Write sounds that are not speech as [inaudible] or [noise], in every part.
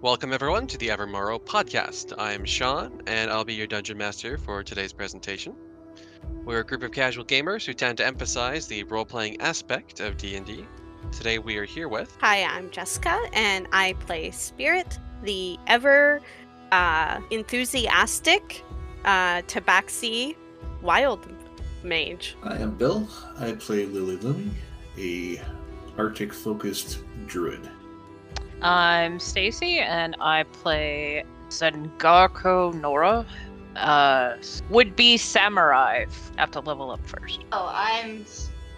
Welcome, everyone, to the Evermorrow podcast. I'm Sean, and I'll be your dungeon master for today's presentation. We're a group of casual gamers who tend to emphasize the role-playing aspect of D&D. Today, we are here with Hi, I'm Jessica, and I play Spirit, the ever uh, enthusiastic uh, Tabaxi wild mage. I am Bill. I play Lily Lumi, a Arctic focused druid. I'm Stacy, and I play Zengarko Nora, uh, would-be samurai. Have to level up first. Oh, I'm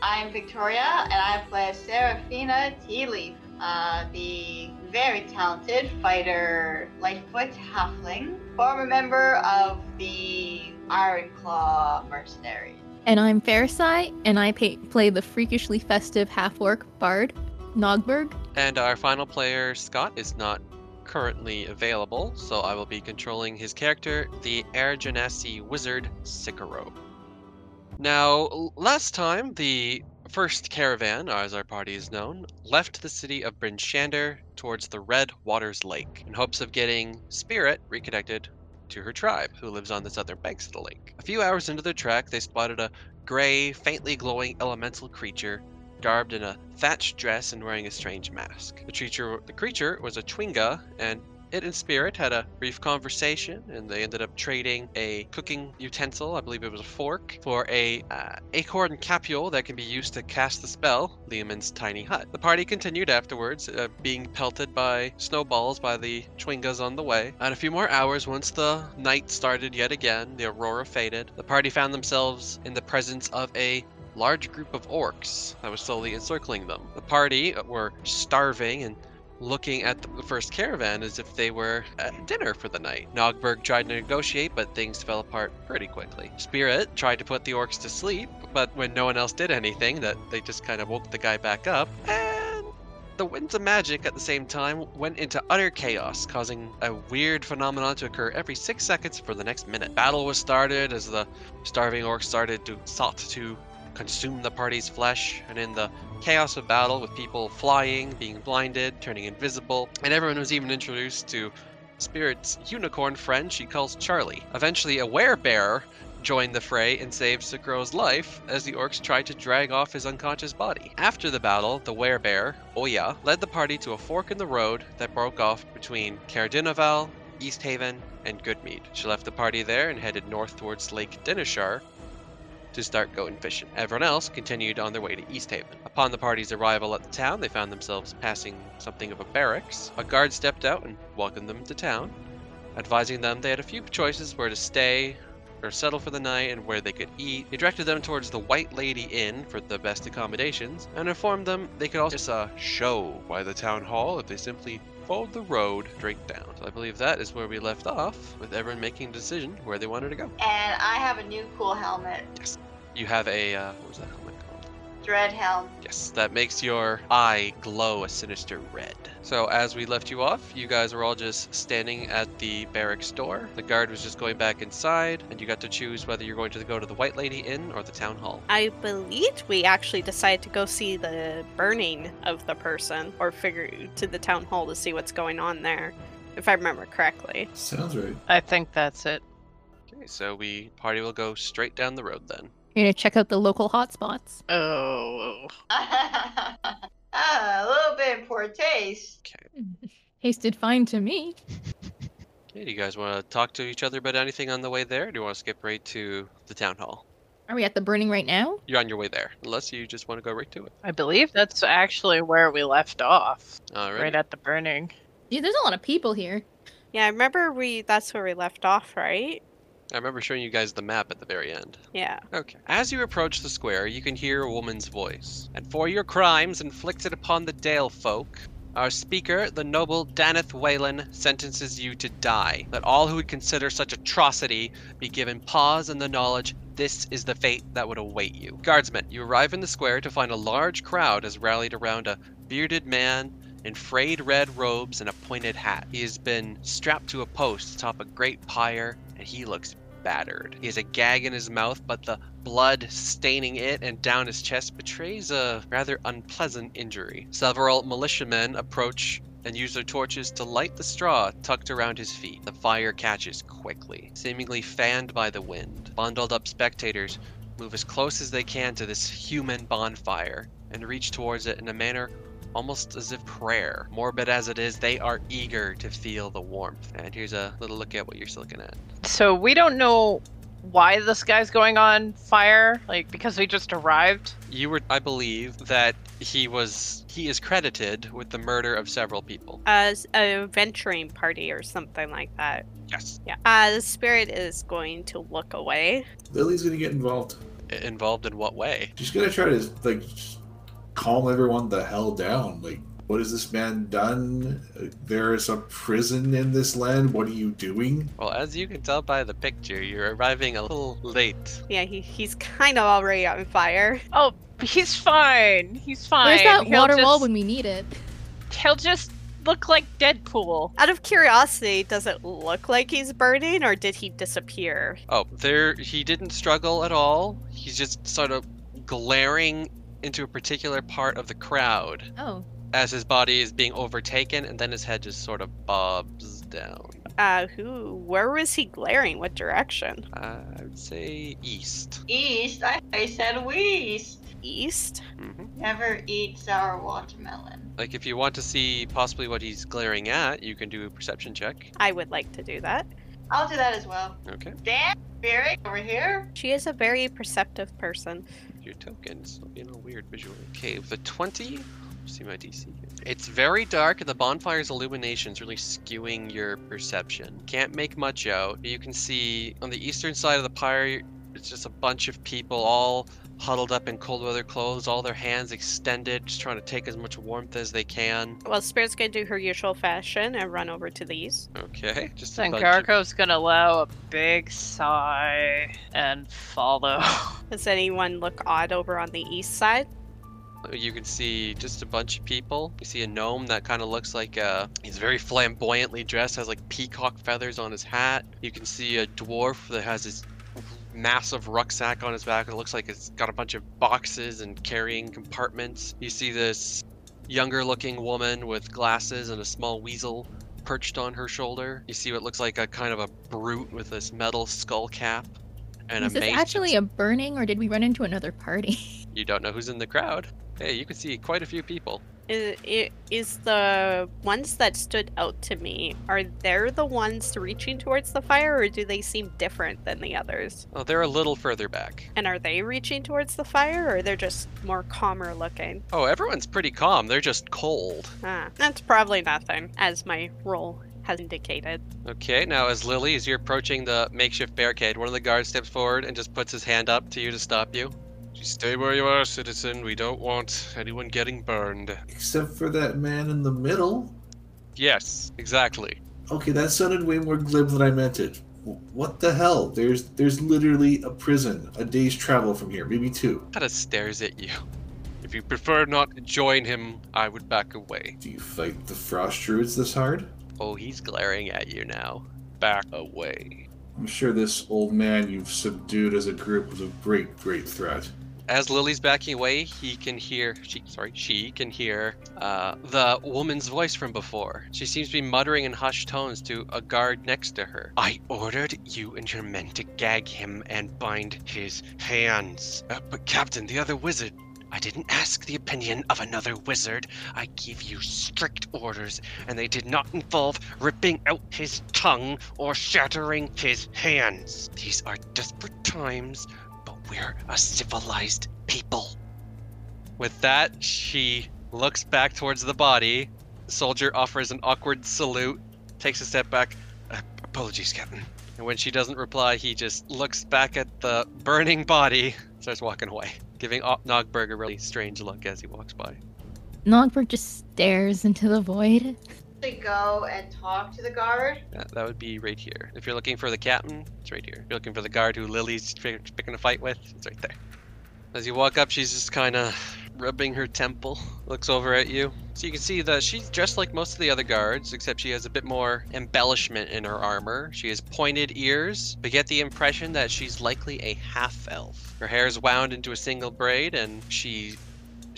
I'm Victoria, and I play Serafina Tealeaf, uh, the very talented fighter, Lightfoot Halfling, former member of the Ironclaw Mercenaries. And I'm Farisai, and I pay- play the freakishly festive half orc bard, Nogberg. And our final player, Scott, is not currently available, so I will be controlling his character, the Air Genasi wizard, Sikoro. Now, l- last time, the first caravan, as our party is known, left the city of Bryn Shander towards the Red Waters Lake in hopes of getting Spirit reconnected to her tribe, who lives on the southern banks of the lake. A few hours into their trek, they spotted a gray, faintly glowing elemental creature garbed in a thatched dress and wearing a strange mask. The creature, the creature was a Twinga, and it and Spirit had a brief conversation, and they ended up trading a cooking utensil, I believe it was a fork, for a uh, acorn capsule that can be used to cast the spell, Liaman's tiny hut. The party continued afterwards, uh, being pelted by snowballs by the Twingas on the way. And a few more hours, once the night started yet again, the aurora faded. The party found themselves in the presence of a large group of orcs that was slowly encircling them. The party were starving and looking at the first caravan as if they were at dinner for the night. Nogberg tried to negotiate, but things fell apart pretty quickly. Spirit tried to put the orcs to sleep, but when no one else did anything, that they just kind of woke the guy back up. And the winds of magic at the same time went into utter chaos, causing a weird phenomenon to occur every six seconds for the next minute. Battle was started as the starving orcs started to sought to consume the party's flesh, and in the chaos of battle with people flying, being blinded, turning invisible, and everyone was even introduced to Spirit's unicorn friend she calls Charlie. Eventually, a werebear joined the fray and saved Sukro's life as the orcs tried to drag off his unconscious body. After the battle, the werebear, Oya, led the party to a fork in the road that broke off between Caradinoval, East Haven, and Goodmead. She left the party there and headed north towards Lake Dinishar, to start going fishing. Everyone else continued on their way to East Haven. Upon the party's arrival at the town, they found themselves passing something of a barracks. A guard stepped out and welcomed them to town, advising them they had a few choices where to stay or settle for the night and where they could eat. He directed them towards the White Lady Inn for the best accommodations and informed them they could also just uh, show by the town hall if they simply followed the road straight down. So I believe that is where we left off, with everyone making a decision where they wanted to go. And I have a new cool helmet, You have a uh, what was that helmet called? Dread Helm. Yes, that makes your eye glow a sinister red. So, as we left you off, you guys were all just standing at the barracks door. The guard was just going back inside, and you got to choose whether you're going to go to the White Lady Inn or the Town Hall. I believed we actually decided to go see the burning of the person, or figure to the town hall to see what's going on there, if I remember correctly. Sounds right. I think that's it. Okay, so we party will go straight down the road then. You're gonna check out the local hotspots. Oh, ah, a little bit in poor taste. Okay. Tasted fine to me. okay do you guys want to talk to each other about anything on the way there? Or do you want to skip right to the Town Hall? Are we at the burning right now? You're on your way there, unless you just want to go right to it. I believe that's actually where we left off, All right at the burning. Dude, there's a lot of people here. Yeah, I remember we that's where we left off, right? I remember showing you guys the map at the very end. Yeah. Okay. As you approach the square, you can hear a woman's voice. And for your crimes inflicted upon the Dale folk, our speaker, the noble Daneth Whalen, sentences you to die. Let all who would consider such atrocity be given pause in the knowledge this is the fate that would await you. Guardsmen, you arrive in the square to find a large crowd has rallied around a bearded man in frayed red robes and a pointed hat. He has been strapped to a post atop a great pyre, and he looks battered. He has a gag in his mouth, but the blood staining it and down his chest betrays a rather unpleasant injury. Several militiamen approach and use their torches to light the straw tucked around his feet. The fire catches quickly, seemingly fanned by the wind. Bundled up spectators move as close as they can to this human bonfire and reach towards it in a manner almost as if prayer. Morbid as it is, they are eager to feel the warmth. And here's a little look at what you're still looking at. So we don't know why this guy's going on fire, like because we just arrived. You were, I believe, that he was, he is credited with the murder of several people. As a venturing party or something like that. Yes. Yeah. Uh, the spirit is going to look away. Lily's gonna get involved. Involved in what way? She's gonna try to like calm everyone the hell down. Like, what has this man done? Uh, There is a prison in this land. What are you doing? Well, as you can tell by the picture, you're arriving a little late. Yeah, he, he's kind of already on fire. Oh, he's fine. He's fine. Where's that He'll water just, wall when we need it? He'll just look like Deadpool. Out of curiosity, does it look like he's burning or did he disappear? Oh, there, he didn't struggle at all. He's just sort of glaring into a particular part of the crowd Oh, as his body is being overtaken, and then his head just sort of bobs down. Uh, who? Where was he glaring? What direction? I would say east. East. I, I said west. East? Never eat sour watermelon. Like, if you want to see possibly what he's glaring at, you can do a perception check. I would like to do that. I'll do that as well. Okay, Damn, spirit over here. She is a very perceptive person. your tokens will be in a weird visual. Okay, with a 20, see my DC. here. It's very dark, and the bonfire's illumination's really skewing your perception. Can't make much out. You can see on the eastern side of the pyre, it's just a bunch of people all huddled up in cold weather clothes, all their hands extended, just trying to take as much warmth as they can. Well, Spirit's gonna do her usual fashion and run over to these. Okay, just a bunch of- Sankarko's gonna allow a big sigh and follow. [laughs] Does anyone look odd over on the east side? You can see just a bunch of people. You see a gnome that kind of looks like uh, he's very flamboyantly dressed, has like peacock feathers on his hat. You can see a dwarf that has this massive rucksack on his back. It looks like it's got a bunch of boxes and carrying compartments. You see this younger looking woman with glasses and a small weasel perched on her shoulder. You see what looks like a kind of a brute with this metal skull cap and is a this mace. actually a burning, or did we run into another party? [laughs] You don't know who's in the crowd. Hey, you can see quite a few people. Is, i- is the ones that stood out to me, are they the ones reaching towards the fire or do they seem different than the others? Oh, they're a little further back. And are they reaching towards the fire or they're just more calmer looking? Oh, everyone's pretty calm. They're just cold. Ah, that's probably nothing, as my roll has indicated. Okay, now as Lily, as you're approaching the makeshift barricade, one of the guards steps forward and just puts his hand up to you to stop you. Just stay where you are, citizen. We don't want anyone getting burned. Except for that man in the middle. Yes, exactly. Okay, that sounded way more glib than I meant it. W- What the hell? There's there's literally a prison a day's travel from here, maybe two. Kind of stares at you. If you prefer not to join him, I would back away. Do you fight the frost druids this hard? Oh, he's glaring at you now. Back away. I'm sure this old man you've subdued as a group was a great, great threat. As Lily's backing away, he can hear. She, sorry, she can hear uh, the woman's voice from before. She seems to be muttering in hushed tones to a guard next to her. I ordered you and your men to gag him and bind his hands. Uh, but Captain, the other wizard. I didn't ask the opinion of another wizard. I give you strict orders, and they did not involve ripping out his tongue or shattering his hands. These are desperate times but we're a civilized people. With that, she looks back towards the body. Soldier offers an awkward salute, takes a step back. "Uh, apologies, Captain. And when she doesn't reply, he just looks back at the burning body, starts walking away, giving O- Nogberg a really strange look as he walks by. Nogberg just stares into the void. To go and talk to the guard. Yeah, that would be right here. If you're looking for the captain, it's right here. If you're looking for the guard who Lily's fi- picking a fight with, it's right there. As you walk up, she's just kind of rubbing her temple, looks over at you. So you can see that she's dressed like most of the other guards, except she has a bit more embellishment in her armor. She has pointed ears, but get the impression that she's likely a half elf. Her hair is wound into a single braid, and she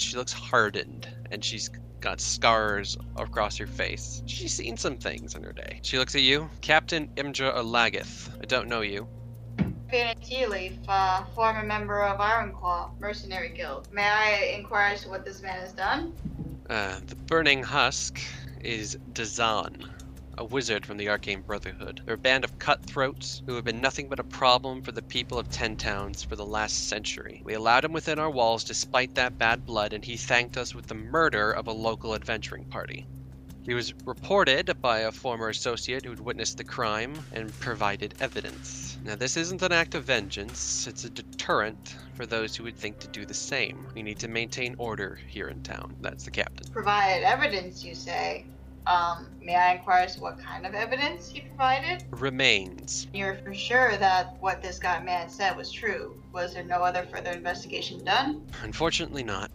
she looks hardened, and she's got scars across her face. She's seen some things in her day. She looks at you. Captain Imdra Alagath. I don't know you. Fiona Tealeaf, uh, former member of Ironclaw Mercenary Guild. May I inquire as to what this man has done? Uh, the Burning Husk is Dazan, a wizard from the Arcane Brotherhood. They're a band of cutthroats who have been nothing but a problem for the people of Ten Towns for the last century. We allowed him within our walls despite that bad blood, and he thanked us with the murder of a local adventuring party. He was reported by a former associate who'd witnessed the crime and provided evidence. Now, this isn't an act of vengeance, it's a deterrent for those who would think to do the same. We need to maintain order here in town. That's the captain. Provided evidence, you say. Um, may I inquire as to what kind of evidence he provided? Remains. You're for sure that what this guy man said was true. Was there no other further investigation done? Unfortunately, not.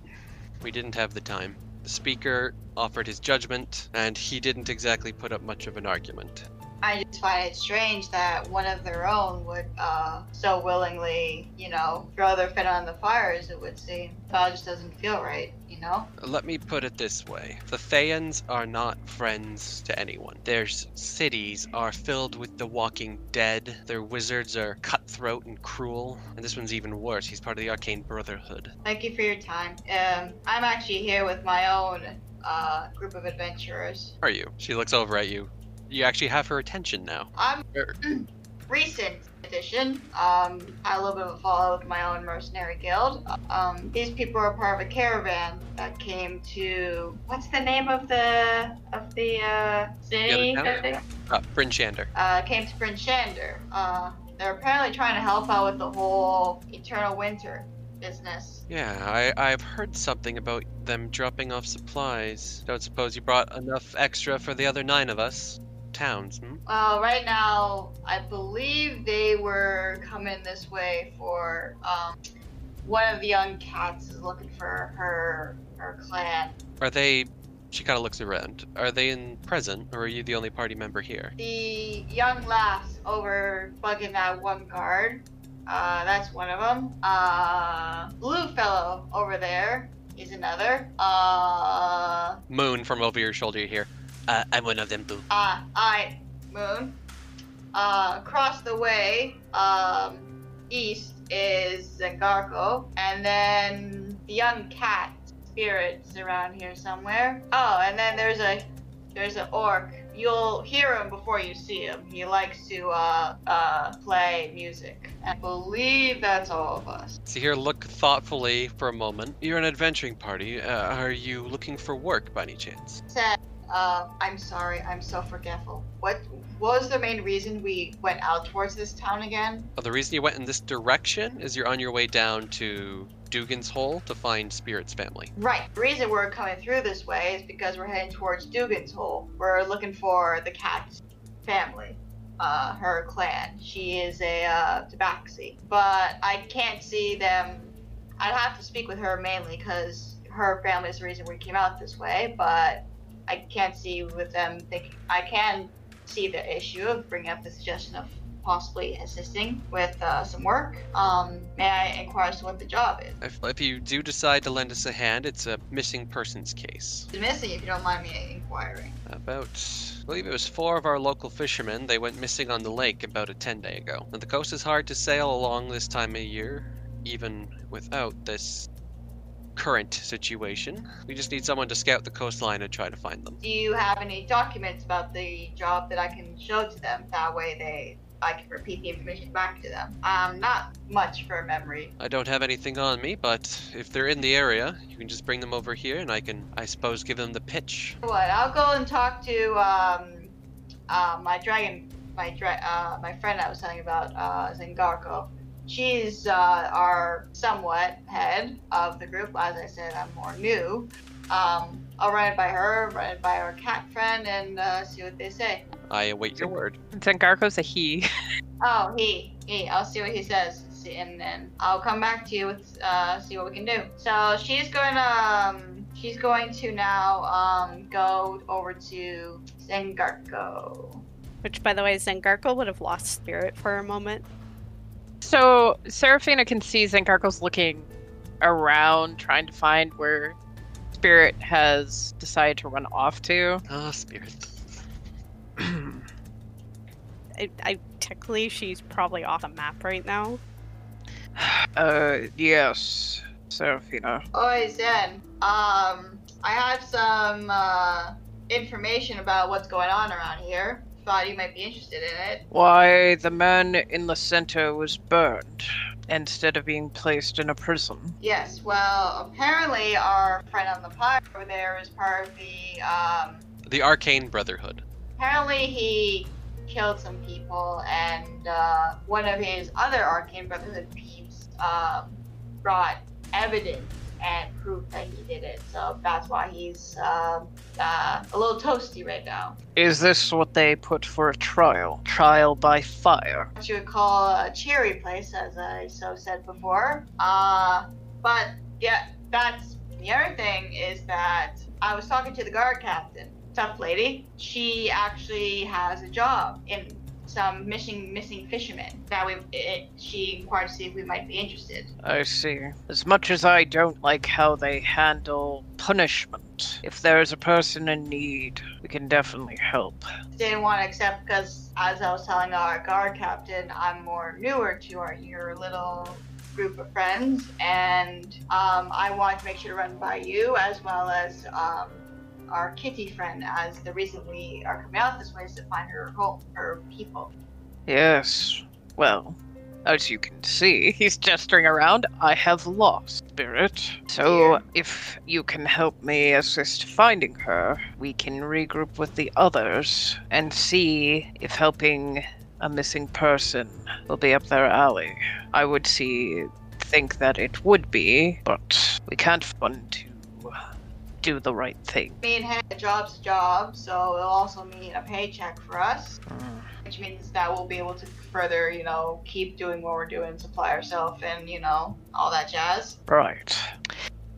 We didn't have the time. The speaker offered his judgment, and he didn't exactly put up much of an argument. I just find it strange that one of their own would uh, so willingly, you know, throw their fit on the fire, as it would seem. It all just doesn't feel right, you know? Let me put it this way the Thayans are not friends to anyone. Their s- cities are filled with the walking dead, their wizards are cutthroat and cruel, and this one's even worse. He's part of the Arcane Brotherhood. Thank you for your time. Um, I'm actually here with my own uh, group of adventurers. Are you? She looks over at you. You actually have her attention now. I'm Er. [clears throat] recent addition. Um, had a little bit of a fallout with my own mercenary guild. Um, these people are part of a caravan that came to what's the name of the of the uh, city? town? that they- Uh, Bryn Shander. uh, came to Prince Shander. Uh, they're apparently trying to help out with the whole Eternal Winter business. Yeah, I, I've heard something about them dropping off supplies. Don't suppose you brought enough extra for the other nine of us? Towns, hmm? Well, right now, I believe they were coming this way for um, one of the young cats is looking for her her clan. Are they. She kind of looks around. Are they in present, or are you the only party member here? The young laughs over bugging that one guard. Uh, that's one of them. Uh, blue fellow over there is another. Uh, Moon from over your shoulder here. Uh, I'm one of them too. Uh, I, Moon. Uh, across the way, um, east is Zangarko, and then the young cat spirits around here somewhere. Oh, and then there's a there's an orc. You'll hear him before you see him. He likes to uh, uh, play music. I believe that's all of us. So here, look thoughtfully for a moment. You're an adventuring party. Uh, are you looking for work by any chance? Said, uh, I'm sorry. I'm so forgetful. What, what was the main reason we went out towards this town again? Oh, the reason you went in this direction is you're on your way down to Dugan's Hole to find Spirit's family. Right. The reason we're coming through this way is because we're heading towards Dugan's Hole. We're looking for the cat's family, uh, her clan. She is a uh, tabaxi. But I can't see them. I'd have to speak with her mainly because her family is the reason we came out this way, but I can't see with them. Think- I can see the issue of bringing up the suggestion of possibly assisting with uh, some work. Um, may I inquire as to what the job is? If, if you do decide to lend us a hand, it's a missing persons case. It's missing if you don't mind me inquiring. About, I believe it was four of our local fishermen. They went missing on the lake about a 10 day ago. Now, the coast is hard to sail along this time of year, even without this current situation. We just need someone to scout the coastline and try to find them. Do you have any documents about the job that I can show to them? That way they I can repeat the information back to them. Um not much for memory. I don't have anything on me, but if they're in the area, you can just bring them over here and I can, I suppose, give them the pitch. What I'll go and talk to um uh, my dragon my dra- uh, my friend I was telling you about, uh Zengarko. She's uh, our somewhat head of the group. As I said, I'm more new. Um, I'll run it by her, run it by our cat friend, and uh, see what they say. I await your word. Zangarko's a he. [laughs] Oh, he, he. I'll see what he says, see- and then I'll come back to you with uh, see what we can do. So she's going to, um, she's going to now um, go over to Sengarko. Which, by the way, Zangarkle would have lost spirit for a moment. So Seraphina can see Zangarko's looking around, trying to find where Spirit has decided to run off to. Ah, spirit. I, I technically she's probably off the map right now. uh, yes, Seraphina. Oi, Zen. Um, I have some uh, information about what's going on around here. Thought you might be interested in it. Why the man in the center was burned instead of being placed in a prison? Yes, well, apparently our friend on the pod over there is part of the. Um, The Arcane Brotherhood. apparently, he killed some people, and uh, one of his other Arcane Brotherhood peeps um, brought evidence and proof that he did it. So that's why he's um, uh, a little toasty right now. Is this what they put for a trial? Trial by fire. what you would call a cheery place, as I so said before. Uh, but yeah, that's the other thing is that I was talking to the guard captain, tough lady. She actually has a job in some missing missing fishermen that we. It, she inquired to see if we might be interested. I see. As much as I don't like how they handle punishment, if there is a person in need, we can definitely help. Didn't want to accept because, as I was telling our guard captain, I'm more newer to our your little group of friends, and um, I want to make sure to run by you as well as um, our kitty friend, as the reason we are coming out this way is to find her home, her people. Yes. Well, as you can see, [laughs] he's gesturing around. I have lost spirit. So, Yeah. if you can help me assist finding her, we can regroup with the others and see if helping a missing person will be up their alley. I would see think that it would be, but we can't fund to do the right thing. Me and him, a job's a job, so it'll also mean a paycheck for us, Mm. which means that we'll be able to further, you know, keep doing what we're doing, supply ourselves, and you know, all that jazz. Right.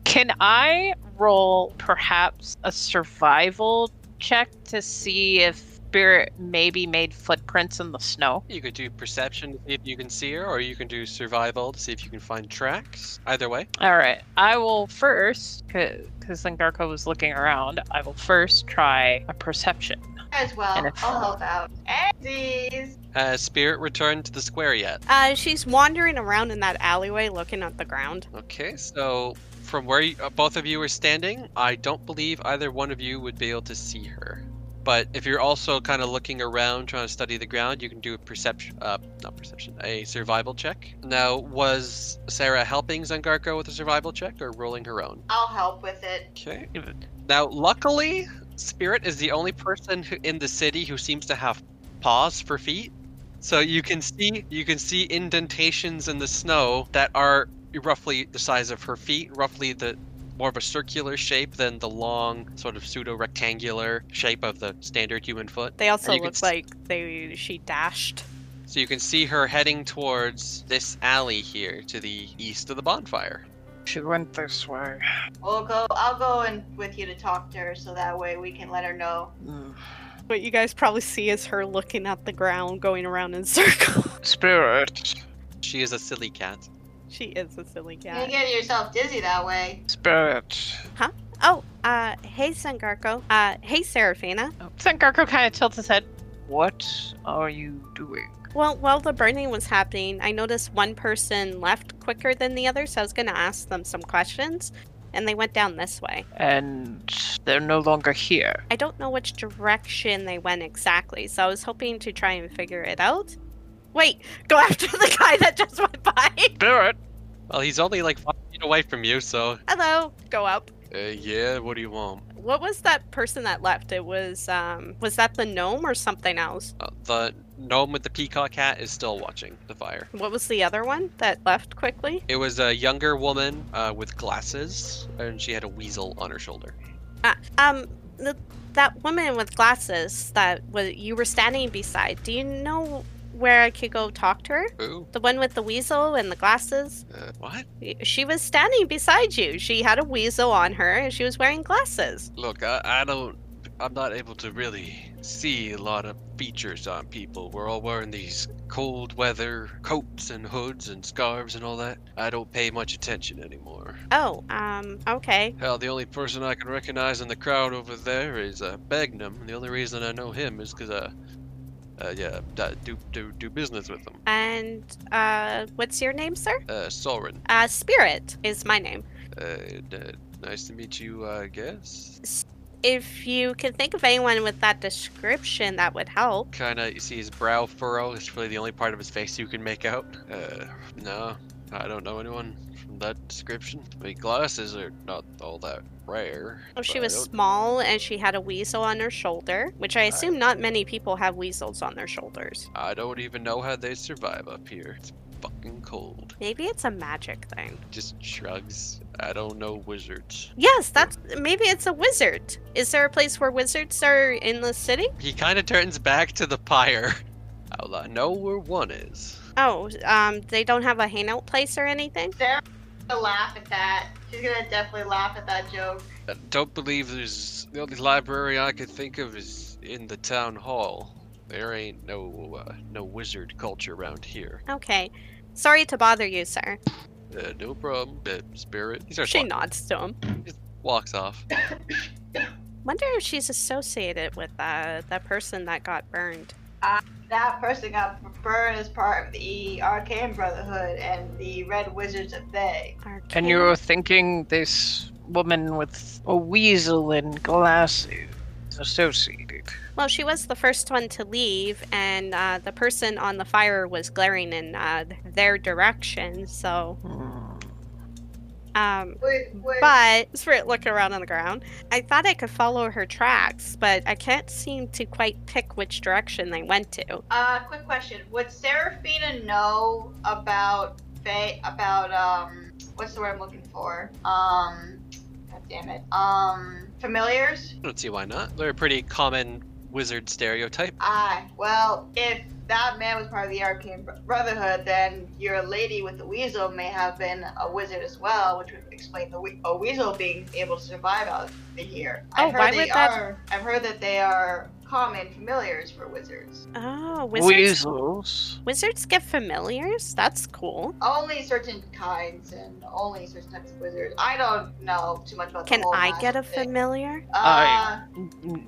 Can I roll perhaps a survival check to see if Spirit maybe made footprints in the snow? You could do perception to see if you can see her, or you can do survival to see if you can find tracks. Either way. All right. I will first, because then Garko was looking around, I will first try a perception. As well, And if- I'll help out. And these. Has Spirit returned to the square yet? Uh, she's wandering around in that alleyway looking at the ground. Okay, so from where you, uh, both of you are standing, I don't believe either one of you would be able to see her. But if you're also kind of looking around, trying to study the ground, you can do a perception, uh, not perception, a survival check. Now, was Sarah helping Zangarko with a survival check or rolling her own? I'll help with it. Okay. Now, luckily, Spirit is the only person who, in the city who seems to have paws for feet, so you can see you can see indentations in the snow that are roughly the size of her feet, roughly the more of a circular shape than the long sort of pseudo rectangular shape of the standard human foot. They also you can look s- like they she dashed. So you can see her heading towards this alley here to the east of the bonfire. She went this way. We'll go. I'll go and with you to talk to her, so that way we can let her know. Hmm. What you guys probably see is her looking at the ground, going around in [laughs] circles. Spirit. She is a silly cat. she is a silly You cat. get yourself dizzy that way. Spirit. Oh, uh, hey Sangarko. Uh, hey Seraphina. Oh. Then Garko kind of tilts his head. What are you doing? Well, while the burning was happening, I noticed one person left quicker than the other, so I was gonna ask them some questions, and they went down this way. And they're no longer here. I don't know which direction they went exactly, so I was hoping to try and figure it out. Wait, go [laughs] after the guy that just went by. Spirit. Well, he's only like five feet away from you, so. Hello, go up. Uh, yeah, what do you want? What was that person that left? It was um was that the gnome or something else? Uh, the gnome with the peacock hat is still watching the fire. What was the other one that left quickly? It was a younger woman uh, with glasses, and she had a weasel on her shoulder. Um th- that woman with glasses that was you were standing beside. Do you know where I could go talk to her? Ooh, The one with the weasel and the glasses? uh, what? Y- She was standing beside you. She had a weasel on her and she was wearing glasses. Look, I, I don't I'm not able to really see a lot of features on people. We're all wearing these cold weather coats and hoods and scarves and all that. I don't pay much attention anymore. Oh, um, okay. Hell, the only person I can recognize in the crowd over there is uh, Bagnum. The only reason I know him is because I, uh, yeah, I do, do, do business with him. And uh, what's your name, sir? Uh, Soren, Uh, Spirit is my name. uh, d- nice to meet you, I guess. If you can think of anyone with that description, that would help. Kind of, you see his brow furrow. It's really the only part of his face you can make out. Uh, no, I don't know anyone from that description. I mean, glasses are uh, not all that rare. Oh, she but I was don't- small and she had a weasel on her shoulder, which I assume not many people have weasels on their shoulders. I don't even know how they survive up here. It's fucking cold. Maybe it's a magic thing. Just shrugs. I don't know wizards. Yes, that's maybe it's a wizard. Is there a place where wizards are in the city? He kind of turns back to the pyre. [laughs] I'll uh, know where one is. Oh, um, they don't have a hangout place or anything. Sarah's gonna laugh at that. She's gonna definitely laugh at that joke. I don't believe there's the only library I could think of is in the town hall. There ain't no uh, no wizard culture around here. Okay, sorry to bother you, sir. Uh, no problem. Uh, spirit. He starts She walk- nods to him. walks off. [laughs] Wonder if she's associated with uh, that person that got burned. Uh, That person got burned as part of the Arcane Brotherhood and the Red Wizards of Bay. And you were thinking this woman with a weasel and glasses associated. Well, she was the first one to leave, and uh, the person on the fire was glaring in uh, their direction. So, Hmm. um, Would, would, but Spirit looked around on the ground. I thought I could follow her tracks, but I can't seem to quite pick which direction they went to. uh, quick question: Would Seraphina know about Faye? About um, what's the word I'm looking for? Um, god damn it. Um, familiars. I don't see why not. They're a pretty common wizard stereotype. Ah, well, if that man was part of the Arcane Br- Brotherhood, then your lady with the weasel may have been a wizard as well, which would explain the we- a weasel being able to survive out here. Oh, I've heard why they would that- are. I've heard that they are common familiars for wizards. Oh, wizards! Weasels. Wizards get familiars. That's cool. Only certain kinds and only certain types of wizards. I don't know too much about. Can the whole I magic get a thing. familiar? Oh, Uh, Mm.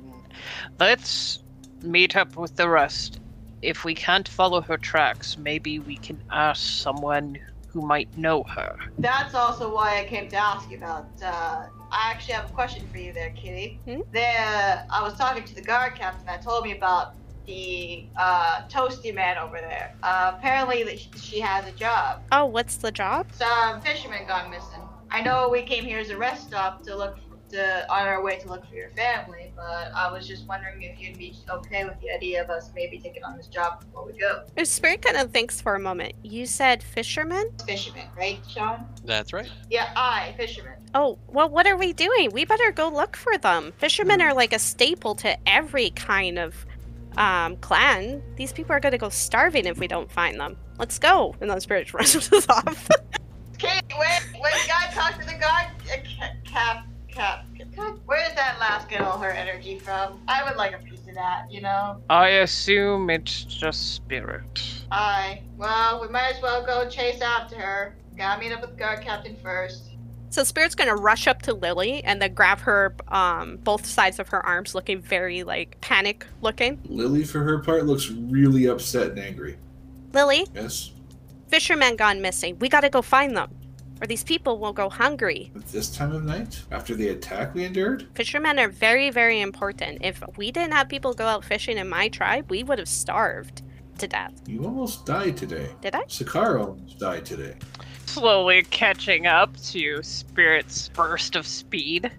Let's meet up with the rest. If we can't follow her tracks, maybe we can ask someone who might know her. That's also why I came to ask you about. Uh, I actually have a question for you there, Kitty. Hmm? There, I was talking to the guard captain that told me about the uh, toasty man over there. Uh, apparently, that sh- she has a job. Oh, what's the job? Some fisherman gone missing. I know we came here as a rest stop to look to on our way to look for your family, but I was just wondering if you'd be okay with the idea of us maybe taking on this job before we go. Spirit kind of thinks for a moment. You said fisherman? Fisherman, right, Sean? That's right. Yeah, I fisherman. Oh, well, what are we doing? We better go look for them. Fishermen are like a staple to every kind of um, clan. These people are going to go starving if we don't find them. Let's go. And then Spirit [laughs] runs us off. Kate, wait, wait, you gotta talk to the guard. uh, ca- Cap, cap, cap. Where's that last get all her energy from? I would like a piece of that, you know? I assume it's just spirit. Aye. Well, we might as well go chase after her. Gotta meet up with guard captain first. so Spirit's going to rush up to Lily and then grab her, um, both sides of her arms, looking very, like, panic looking. Lily, for her part, looks really upset and angry. Lily, Yes, fishermen gone missing. We got to go find them, or these people will go hungry. at this time of night, after the attack we endured, Fishermen are very, very important. If we didn't have people go out fishing in my tribe, we would have starved to death. you almost died today. Did I? Sakara almost died today. Slowly catching up to spirit's burst of [sighs] speed.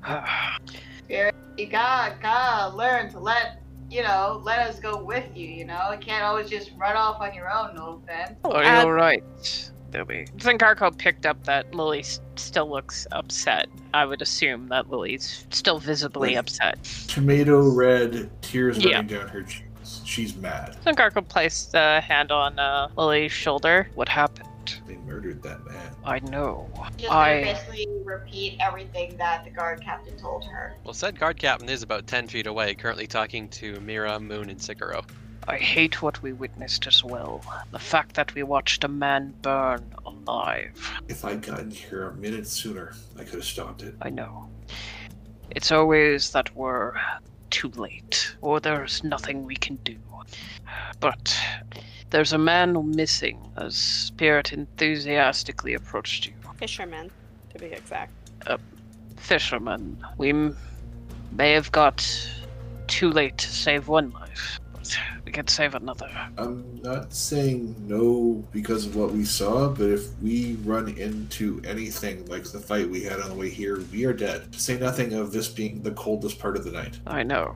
You gotta, gotta learn to let, you know, let us go with you, you know? You can't always just run off on your own, no offense. Oh, Are uh, you alright, Dobby? Zinkarko picked up that Lily s- still looks upset. I would assume that Lily's still visibly upset. Tomato red, tears Yeah. running down her cheeks. She's mad. Zinkarko placed a hand on uh, Lily's shoulder. What happened? correct. They murdered that man. I know. Just I- gonna basically repeat everything that the guard captain told her. Well, said guard captain is about 10 feet away, currently talking to Mira, Moon, and Sikoro. I hate what we witnessed as well. The fact that we watched a man burn alive. If I'd gotten here a minute sooner, I could have stopped it. I know. It's always that we're too late, or there's nothing we can do. But there's a man missing as Spirit enthusiastically approached you. Fisherman, to be exact. Fisherman, we m- may have got too late to save one life, but we can save another. I'm not saying no because of what we saw, but if we run into anything like the fight we had on the way here, we are dead. To say nothing of this being the coldest part of the night. I know.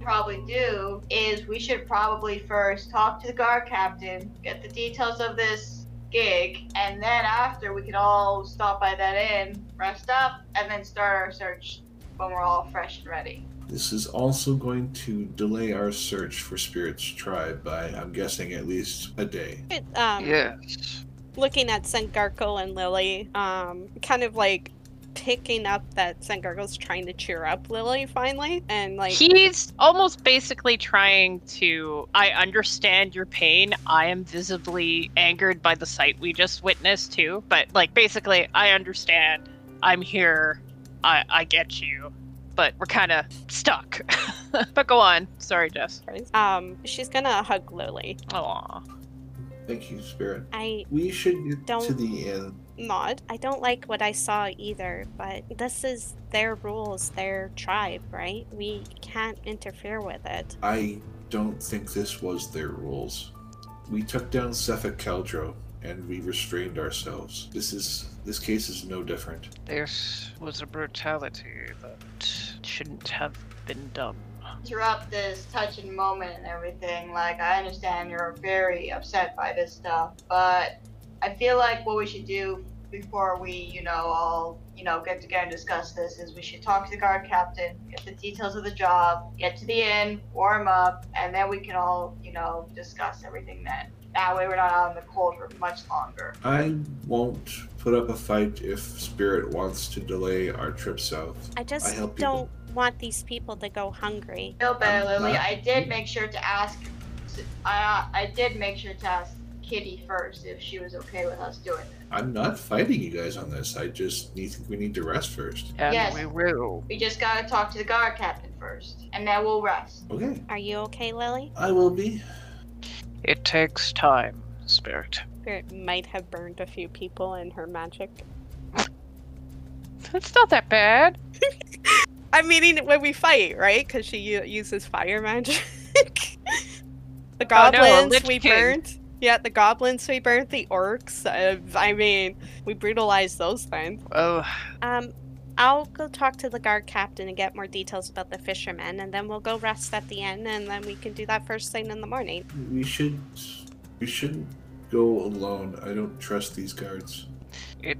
Probably do is we should probably first talk to the guard captain, get the details of this gig, and then after we could all stop by that inn, rest up, and then start our search when we're all fresh and ready. This is also going to delay our search for Spirit's tribe by, I'm guessing, at least a day. It, um, yes. Looking at Sengarko and Lily, um, kind of like picking up that Sengarko's trying to cheer up Lily finally, and like He's almost basically trying to. I understand your pain. I am visibly angered by the sight we just witnessed, too. But, like, basically, I understand. I'm here. I, I get you. But we're kind of stuck. [laughs] but go on. Sorry, Jess. um, she's gonna hug Lily. Aw. Thank you, Spirit. I We should get to Don't- the inn. Maud, I don't like what I saw either, but this is their rules, their tribe, right? We can't interfere with it. I don't think this was their rules. We took down Sefik Caldro and we restrained ourselves. This is this case is no different. This was a brutality that shouldn't have been done. interrupt this touching moment and everything. Like, I understand you're very upset by this stuff, but I feel like what we should do before we, you know, all, you know, get together and discuss this is we should talk to the guard captain, get the details of the job, get to the inn, warm up, and then we can all, you know, discuss everything then. That way we're not out in the cold for much longer. I won't put up a fight if Spirit wants to delay our trip south. I I just help you. don't want these people to go hungry. Feel better, Um, Lily. uh, I did make sure to ask. I I did make sure to ask Kitty first if she was okay with us doing this. I'm not fighting you guys on this. I just need think we need to rest first. And Yes. we will. We just gotta talk to the guard captain first, and then we'll rest. Okay. Are you okay, Lily? I will be. It takes time, Spirit. Spirit might have burned a few people in her magic. It's not that [laughs] bad. I'm meaning when we fight, right? Because she u- uses fire magic. [laughs] the Oh, no, a goblins Lich we King. burnt. Yeah, the goblins we burnt, the orcs. Uh, I mean, we brutalized those things. Oh, Um, I'll go talk to the guard captain and get more details about the fishermen, and then we'll go rest at the inn, and then we can do that first thing in the morning. We should we shouldn't go alone. I don't trust these guards. it.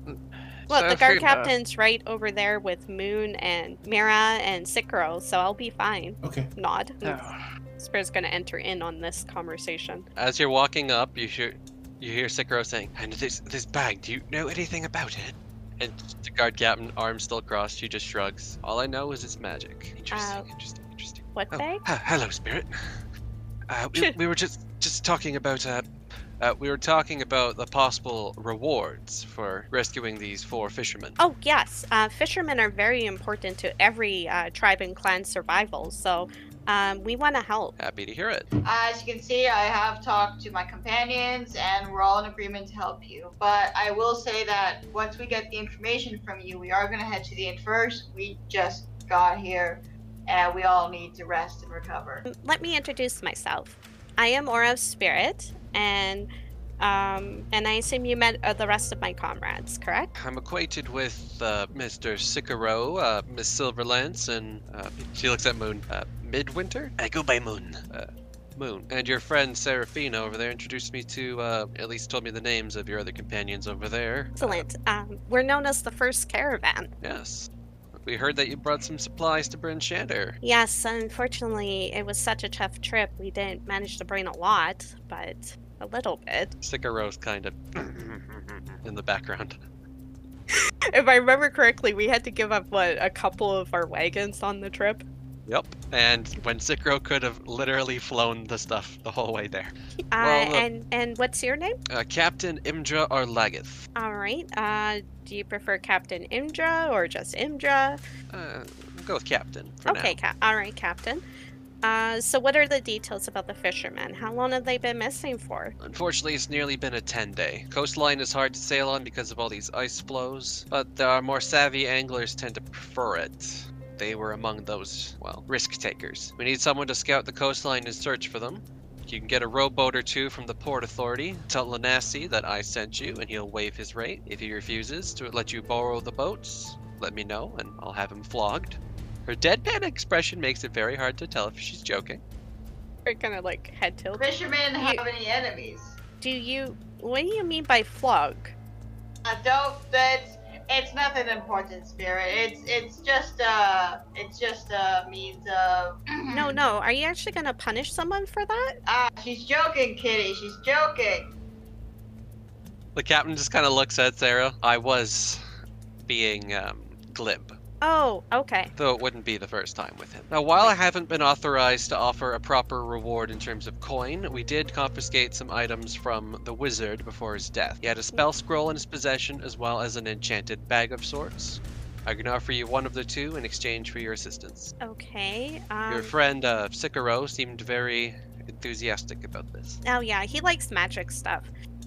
Look, so the guard Frida, captain's right over there with Moon and Mira and Sikro, so I'll be fine. Okay. [sighs] Nod. oh, Spirit's gonna enter in on this conversation. As you're walking up, you hear, you hear Sikoro saying, And this, this bag, do you know anything about it? And the guard captain, arms still crossed, she just shrugs. All I know is it's magic. Interesting, Uh, interesting, interesting. What Oh, bag? he- hello, Spirit. Uh, we, we were just just talking about uh, uh, we were talking about the possible rewards for rescuing these four fishermen. Oh yes, uh, fishermen are very important to every uh, tribe and clan survival, so um, we want to help. Happy to hear it. As you can see, I have talked to my companions, and we're all in agreement to help you. But I will say that once we get the information from you, we are gonna head to the inn first. We just got here, and we all need to rest and recover. Let me introduce myself. I am Aura of Spirit, and um, and I assume you met uh, the rest of my comrades, correct? I'm acquainted with uh, Mr. Sicaro, uh, Miss Silverlance, and uh, she looks at Moon. Uh, Midwinter? I go by Moon. Uh, Moon. And your friend Serafina over there introduced me to, uh, at least told me the names of your other companions over there. Excellent. Um, we're known as the first caravan. Yes. We heard that you brought some supplies to Bryn Shander. Yes, unfortunately, it was such a tough trip. We didn't manage to bring a lot, but a little bit. Sicaro's kind of. in the background. [laughs] If I remember correctly, we had to give up what a couple of our wagons on the trip. Yep. And when Sikro could have literally flown the stuff the whole way there. Uh, Well, uh, and and what's your name? Uh, Captain Imdra Arlagath. All right. Uh, do you prefer Captain Imdra or just Imdra? Uh, go with Captain for now. okay. Ca- all right, Captain. Uh, so what are the details about the fishermen? How long have they been missing for? Unfortunately, it's nearly been a 10 day. Coastline is hard to sail on because of all these ice floes, but our more savvy anglers tend to prefer it. They were among those, well, risk takers. We need someone to scout the coastline and search for them. You can get a rowboat or two from the Port Authority. Tell Lanassi that I sent you, and he'll waive his rate. If he refuses to let you borrow the boats, let me know, and I'll have him flogged. Her deadpan expression makes it very hard to tell if she's joking. We're gonna like head tilt. Fishermen You- have any enemies? Do you? What do you mean by flog? I don't. That's. It's nothing important, Spirit. It's it's just uh it's just a means of. No, no. Are you actually gonna punish someone for that? Mm-hmm. Ah, she's joking, Kitty. She's joking. The captain just kind of looks at Sarah. I was being um, glib, Oh, okay. though it wouldn't be the first time with him. Now, while I haven't been authorized to offer a proper reward in terms of coin, we did confiscate some items from the wizard before his death. He had a spell scroll in his possession as well as an enchanted bag of sorts. I can offer you one of the two in exchange for your assistance. Okay. Um, Your friend uh, Sikaro seemed very enthusiastic about this. Oh yeah, he likes magic stuff.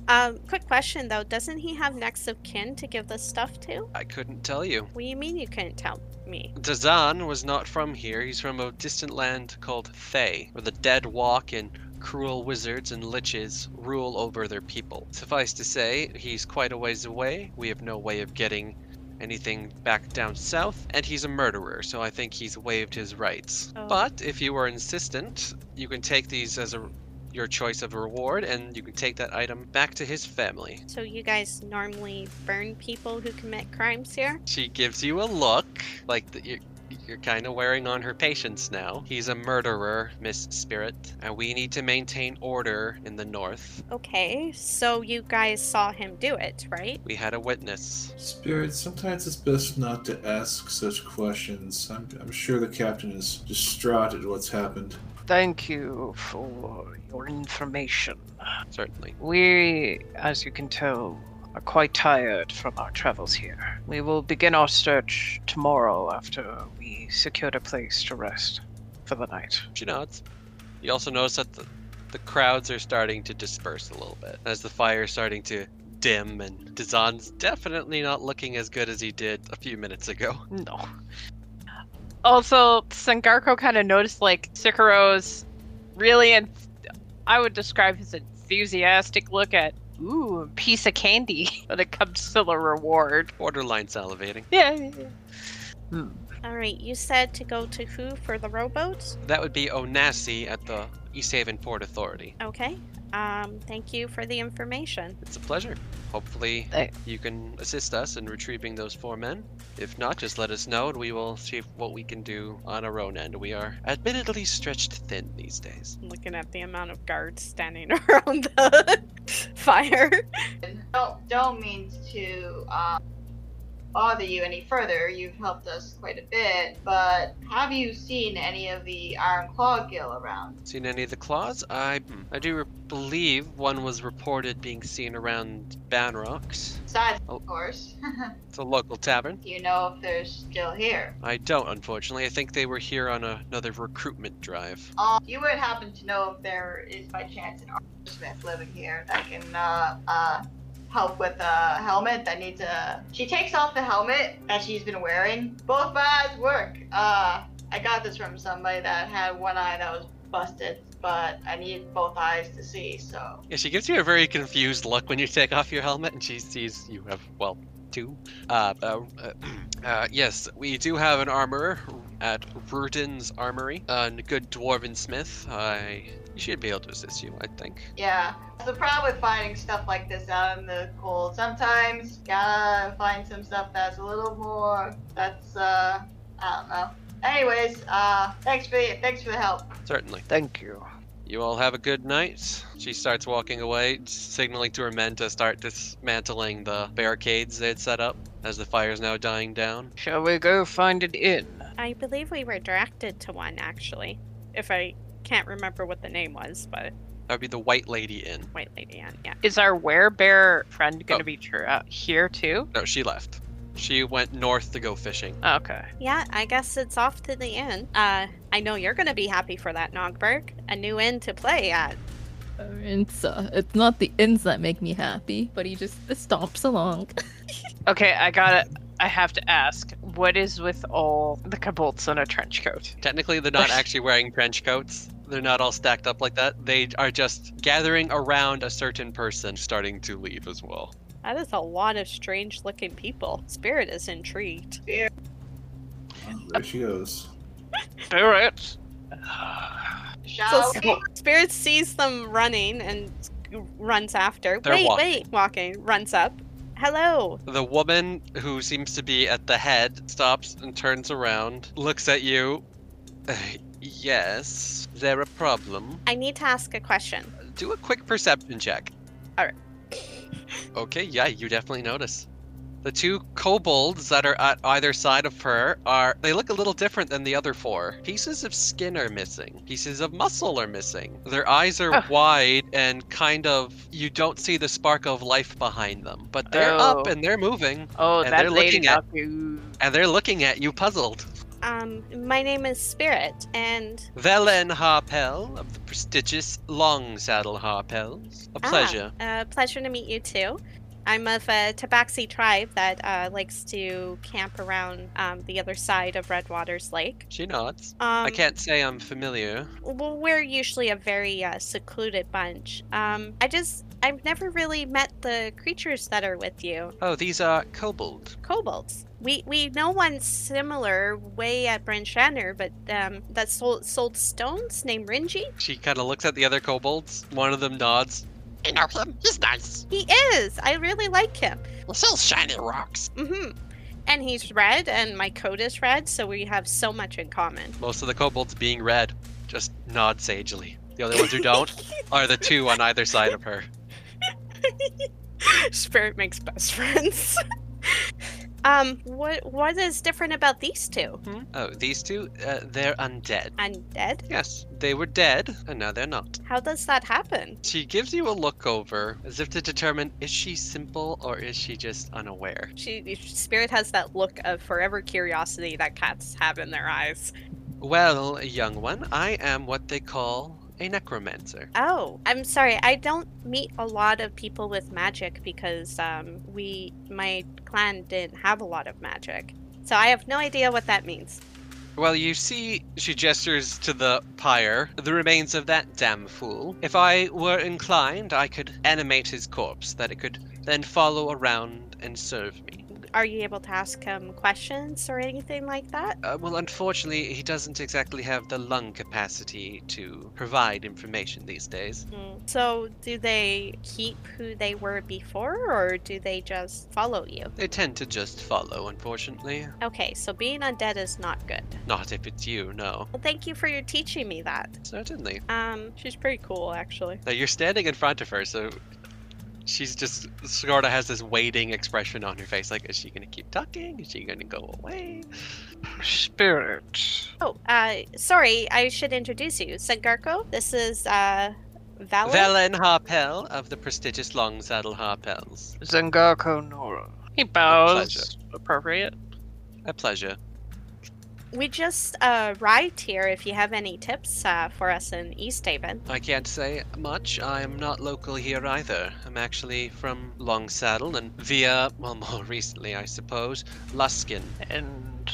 Um, quick question though, doesn't he have next of kin to give this stuff to? I couldn't tell you. What do you mean you couldn't tell me? Dazan was not from here. He's from a distant land called Thay, where the dead walk and cruel wizards and liches rule over their people. Suffice to say, he's quite a ways away. We have no way of getting anything back down south, and he's a murderer, so I think he's waived his rights. Oh. But if you are insistent, you can take these as a your choice of reward, and you can take that item back to his family. So you guys normally burn people who commit crimes here? She gives you a look, like that you're, you're kind of wearing on her patience now. He's a murderer, Miss Spirit, and we need to maintain order in the north. Okay, so you guys saw him do it, right? We had a witness. Spirit, sometimes it's best not to ask such questions. I'm, I'm sure the captain is distraught at what's happened. Thank you for your information. Certainly. We, as you can tell, are quite tired from our travels here. We will begin our search tomorrow after we secured a place to rest for the night. She nods. You also notice that the, the crowds are starting to disperse a little bit as the fire is starting to dim, and Dazan's definitely not looking as good as he did a few minutes ago. No. Also, Sangarko kind of noticed like Sikaro's really, and I would describe his enthusiastic look at ooh a piece of candy [laughs] when it comes to the reward. Borderline salivating. Yeah, yeah, yeah. Hmm. All right, you said to go to who for the rowboats? That would be Onassi at the East Haven Port Authority. Okay. Um, thank you for the information. It's a pleasure. Hopefully, Hey. you can assist us in retrieving those four men. If not, just let us know and we will see what we can do on our own end. We are admittedly stretched thin these days. I'm looking at the amount of guards standing [laughs] around the [laughs] fire. Don't don't mean to um, bother you any further. You've helped us quite a bit, but have you seen any of the Iron Claw Gill around? Seen any of the claws? I I do re- believe one was reported being seen around Banrocks. Besides, Oh. of course. [laughs] It's a local tavern. Do you know if they're still here? I don't, unfortunately. I think they were here on a, another recruitment drive. Um, you would happen to know if there is by chance an Arthur Smith living here that can uh, uh, help with a helmet that needs a. She takes off the helmet that she's been wearing. Both my eyes work. Uh, I got this from somebody that had one eye that was busted, but I need both eyes to see. So Yeah, she gives you a very confused look when you take off your helmet, and she sees you have well two. Uh, uh, uh, [clears throat] uh, yes, we do have an armorer at Rudin's Armory, a good dwarven smith. I he should be able to assist you, I think. yeah, that's the problem with finding stuff like this out in the cold. Sometimes gotta find some stuff that's a little more. That's uh, I don't know. Anyways, uh, thanks for the, thanks for the help. Certainly, Thank you. You all have a good night. She starts walking away, signaling to her men to start dismantling the barricades they had set up as the fire's now dying down. Shall we go find an inn? I believe we were directed to one actually, if I can't remember what the name was, but That would be the White Lady Inn. White Lady Inn. Yeah. Is our werebear friend going to Oh. be tr- uh, here too? Oh, No, she left. She went north to go fishing. Okay. Yeah, I guess it's off to the inn. Uh, I know you're gonna be happy for that, Nogberg. A new inn to play at. I mean, It's, uh, it's not the ends that make me happy, but he just stomps along. [laughs] Oh. Okay, I got to I have to ask, what is with all the kabolts in a trench coat? Technically, they're [laughs] not actually wearing trench coats. They're not all stacked up like that. They are just gathering around a certain person starting to leave as well. That is a lot of strange looking people. Spirit is intrigued. There she goes. Do it. Shall so we? Sp- Spirit sees them running and runs after. They're wait, walking. wait, walking, runs up. Hello. The woman who seems to be at the head stops and turns around, looks at you. [sighs] yes, is there a problem? I need to ask a question. Do a quick perception check. Alright. Okay, yeah, you definitely notice. The two kobolds that are at either side of her are. They look a little different than the other four. Pieces of skin are missing, pieces of muscle are missing. Their eyes are Ah. wide and kind of. You don't see the spark of life behind them, but they're up Oh. and they're moving, Oh, And that they're lady looking at- got you. and they're looking at you puzzled. Um, my name is Spirit, and Velen Harpel of the prestigious Long Saddle Harpels. A Ah. pleasure. Uh, pleasure to meet you too. I'm of a Tabaxi tribe that uh, likes to camp around um, the other side of Redwater's Lake. She nods. Um, I can't say I'm familiar. Well, we're usually a very uh, secluded bunch. Um, I just, I've never really met the creatures that are with you, Oh, these are kobold. kobolds. We we know one similar way at Brinshanner, but um, that sold, sold stones named Rinji. She kind of looks at the other kobolds. One of them nods. I know him. He's nice. He is. I really like him. He sells shiny rocks. Mm-hmm. And he's red, and my coat is red, so we have so much in common. [laughs] Most of the kobolds being red just nod sagely. The only ones who [laughs] don't are the two on either side of her. Spirit makes best friends. [laughs] um, what what is different about these two? Oh, these two? Uh, they're undead. Undead? Yes, they were dead, and now they're not. How does that happen? She gives you a look over as if to determine is she simple or is she just unaware? She Spirit has that look of forever curiosity that cats have in their eyes. Well, young one, I am what they call a necromancer. Oh, I'm sorry. I don't meet a lot of people with magic because um, we my clan didn't have a lot of magic, so I have no idea what that means. Well, you see, she gestures to the pyre, the remains of that damn fool. If I were inclined, I could animate his corpse, that it could then follow around and serve me. Are you able to ask him questions or anything like that? Uh, well, unfortunately, he doesn't exactly have the lung capacity to provide information these days. So, do they keep who they were before, or do they just follow you? They tend to just follow, unfortunately. Okay, so being undead is not good. Not if it's you, no. Well, thank you for your teaching me that. Certainly. Um, she's pretty cool, actually. Now, you're standing in front of her, so she's just sort of has this waiting expression on her face like, is she going to keep talking? Is she going to go away? Spirit. Oh, uh, sorry, I should introduce you, Sengarko. This is uh, Valor. Velen Harpel of the prestigious Long Saddle Harpels. Zangako Nora. He bows. Appropriate. A pleasure. we just uh, arrived here. If you have any tips uh, for us in East Haven, I can't say much. I'm not local here either. I'm actually from Long Saddle and via, well, [laughs] more recently, I suppose, Luskin. And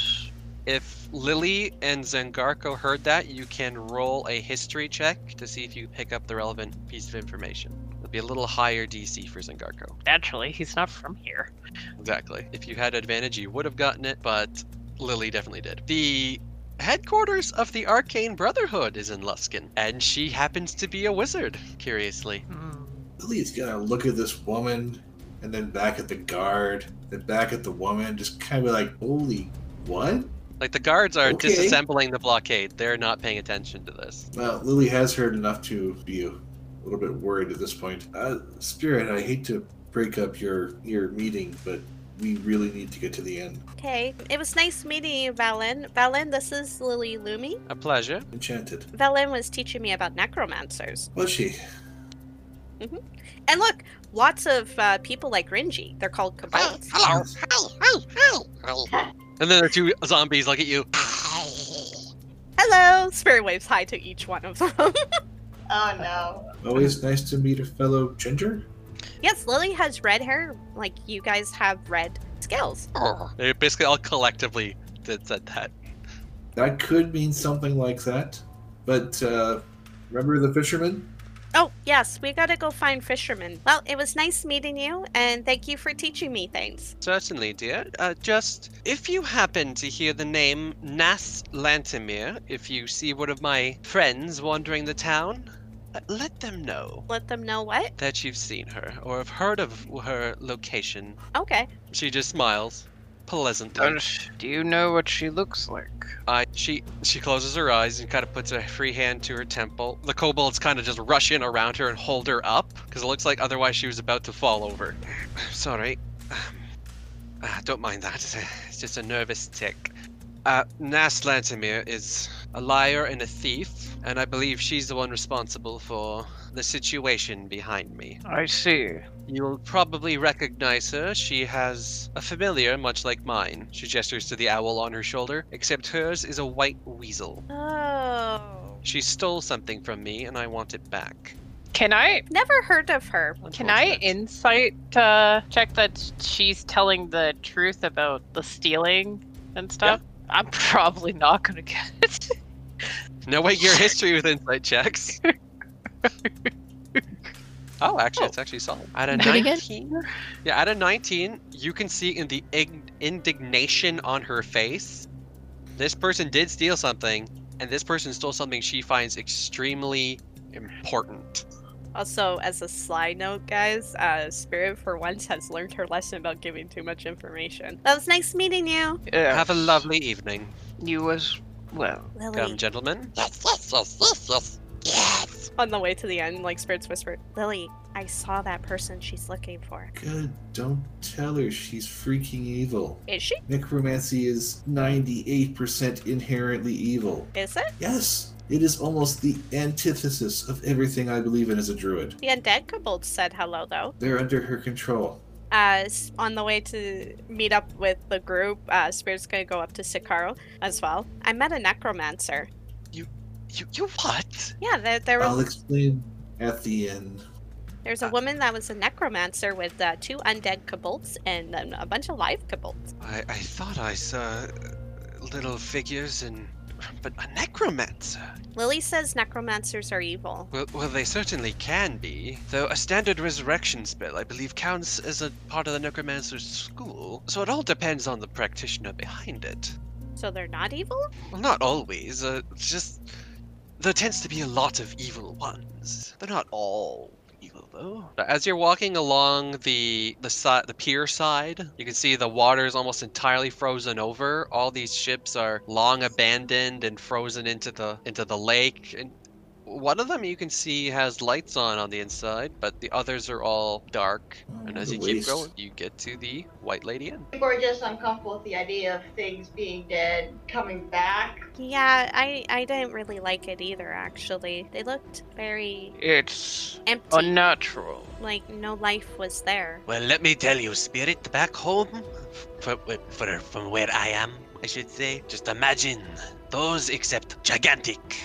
If Lily and Zangarko heard that, you can roll a history check to see if you pick up the relevant piece of information. It'll be a little higher DC for Zangarko. Naturally, he's not from here. Exactly. If you had advantage, you would have gotten it, but Lily definitely did. The headquarters of the Arcane Brotherhood is in Luskin, and she happens to be a wizard, curiously. Lily's gonna look at this woman and then back at the guard, then back at the woman, just kind of like, holy, what? Like the guards are Okay. disassembling the blockade. They're not paying attention to this. Well, Lily has heard enough to be a little bit worried at this point. Uh, Spirit, I hate to break up your your meeting, but we really need to get to the end. Okay, it was nice meeting you, Valen. Valen, this is Lily Lumi. A pleasure. Enchanted. Valen was teaching me about necromancers. Mm-hmm. Was she? And look, lots of uh, people like Ringy. They're called Hmm, Hey, kobolds. hello. Hey, hey, hey, hey. And then the two zombies look at you. [laughs] Hello! Spirit waves hi to each one of them. [laughs] Oh no. Always nice to meet a fellow ginger. yes, Lily has red hair, like you guys have red scales. Oh, They basically all collectively did said that. That could mean something like that. But uh, remember the fisherman? Oh, yes, we gotta go find fishermen. Well, it was nice meeting you, and thank you for teaching me things. Certainly, dear. Uh, just if you happen to hear the name Nas Lantimir, if you see one of my friends wandering the town, uh, let them know Let them know what? that you've seen her or have heard of her location. Okay. She just smiles pleasantly. Does- Do you know what she looks like? I, she she closes her eyes and kind of puts a free hand to her temple. The kobolds kind of just rush in around her and hold her up because it looks like otherwise she was about to fall over. [sighs] Sorry, Um, ah, don't mind that. [laughs] It's just a nervous tick. Uh, Nas Lantimir is a liar and a thief, and I believe she's the one responsible for the situation behind me. I see. You'll probably recognize her. She has a familiar much like mine. She gestures to the owl on her shoulder, except hers is a white weasel. Oh. She stole something from me and I want it back. Can I Never heard of her. Can I Unfortunate. insight uh, check that she's telling the truth about the stealing and stuff? I'm probably not gonna get it. No, wait, your history with insight checks. [laughs] oh, actually, it's actually solid. At a Do it again? 19? Yeah, at a 19, you can see in the ig- indignation on her face, this person did steal something, and this person stole something she finds extremely important. Also, as a side note, guys, uh, Spirit for once has learned her lesson about giving too much information. That was nice meeting you, Yes. Have a lovely evening, You as well. Lily. um, gentlemen. yes, yes, yes, yes, yes, yes. On the way to the end, like Spirit's whispered, Lily, I saw that person she's looking for. Good. Don't tell her she's freaking evil. Is she? Necromancy is 98% inherently evil. Is it? Yes, it is almost the antithesis of everything I believe in as a druid. The undead kobold said hello, though. They're under her control. Uh, s- on the way to meet up with the group, uh, Spirit's gonna go up to Sicaro as well. I met a necromancer. You, you what? Yeah, there, there was I'll explain at the end. There's a Uh, woman that was a necromancer with uh, two undead kobolds and then a bunch of live kobolds. I, I thought I saw little figures and. But a necromancer? Lily says necromancers are evil. Well, well, they certainly can be, though a standard resurrection spell, I believe, counts as a part of the necromancer's school, so it all depends on the practitioner behind it. So they're not evil? Well, not always, uh, it's just. There tends to be a lot of evil ones. They're not all evil, though. As you're walking along the the side, the pier side, you can see the water is almost entirely frozen over. All these ships are long abandoned and frozen into the into the lake. And one of them you can see has lights on on the inside, but the others are all dark. And as The you keep waste. going, you get to the White Lady Inn. People are just uncomfortable with the idea of things being dead, coming back. Yeah, I, I didn't really like it either, actually. They looked very It's empty. unnatural. like no life was there. Well, let me tell you, spirit, back home, for, for, from where I am, I should say, just imagine those except gigantic,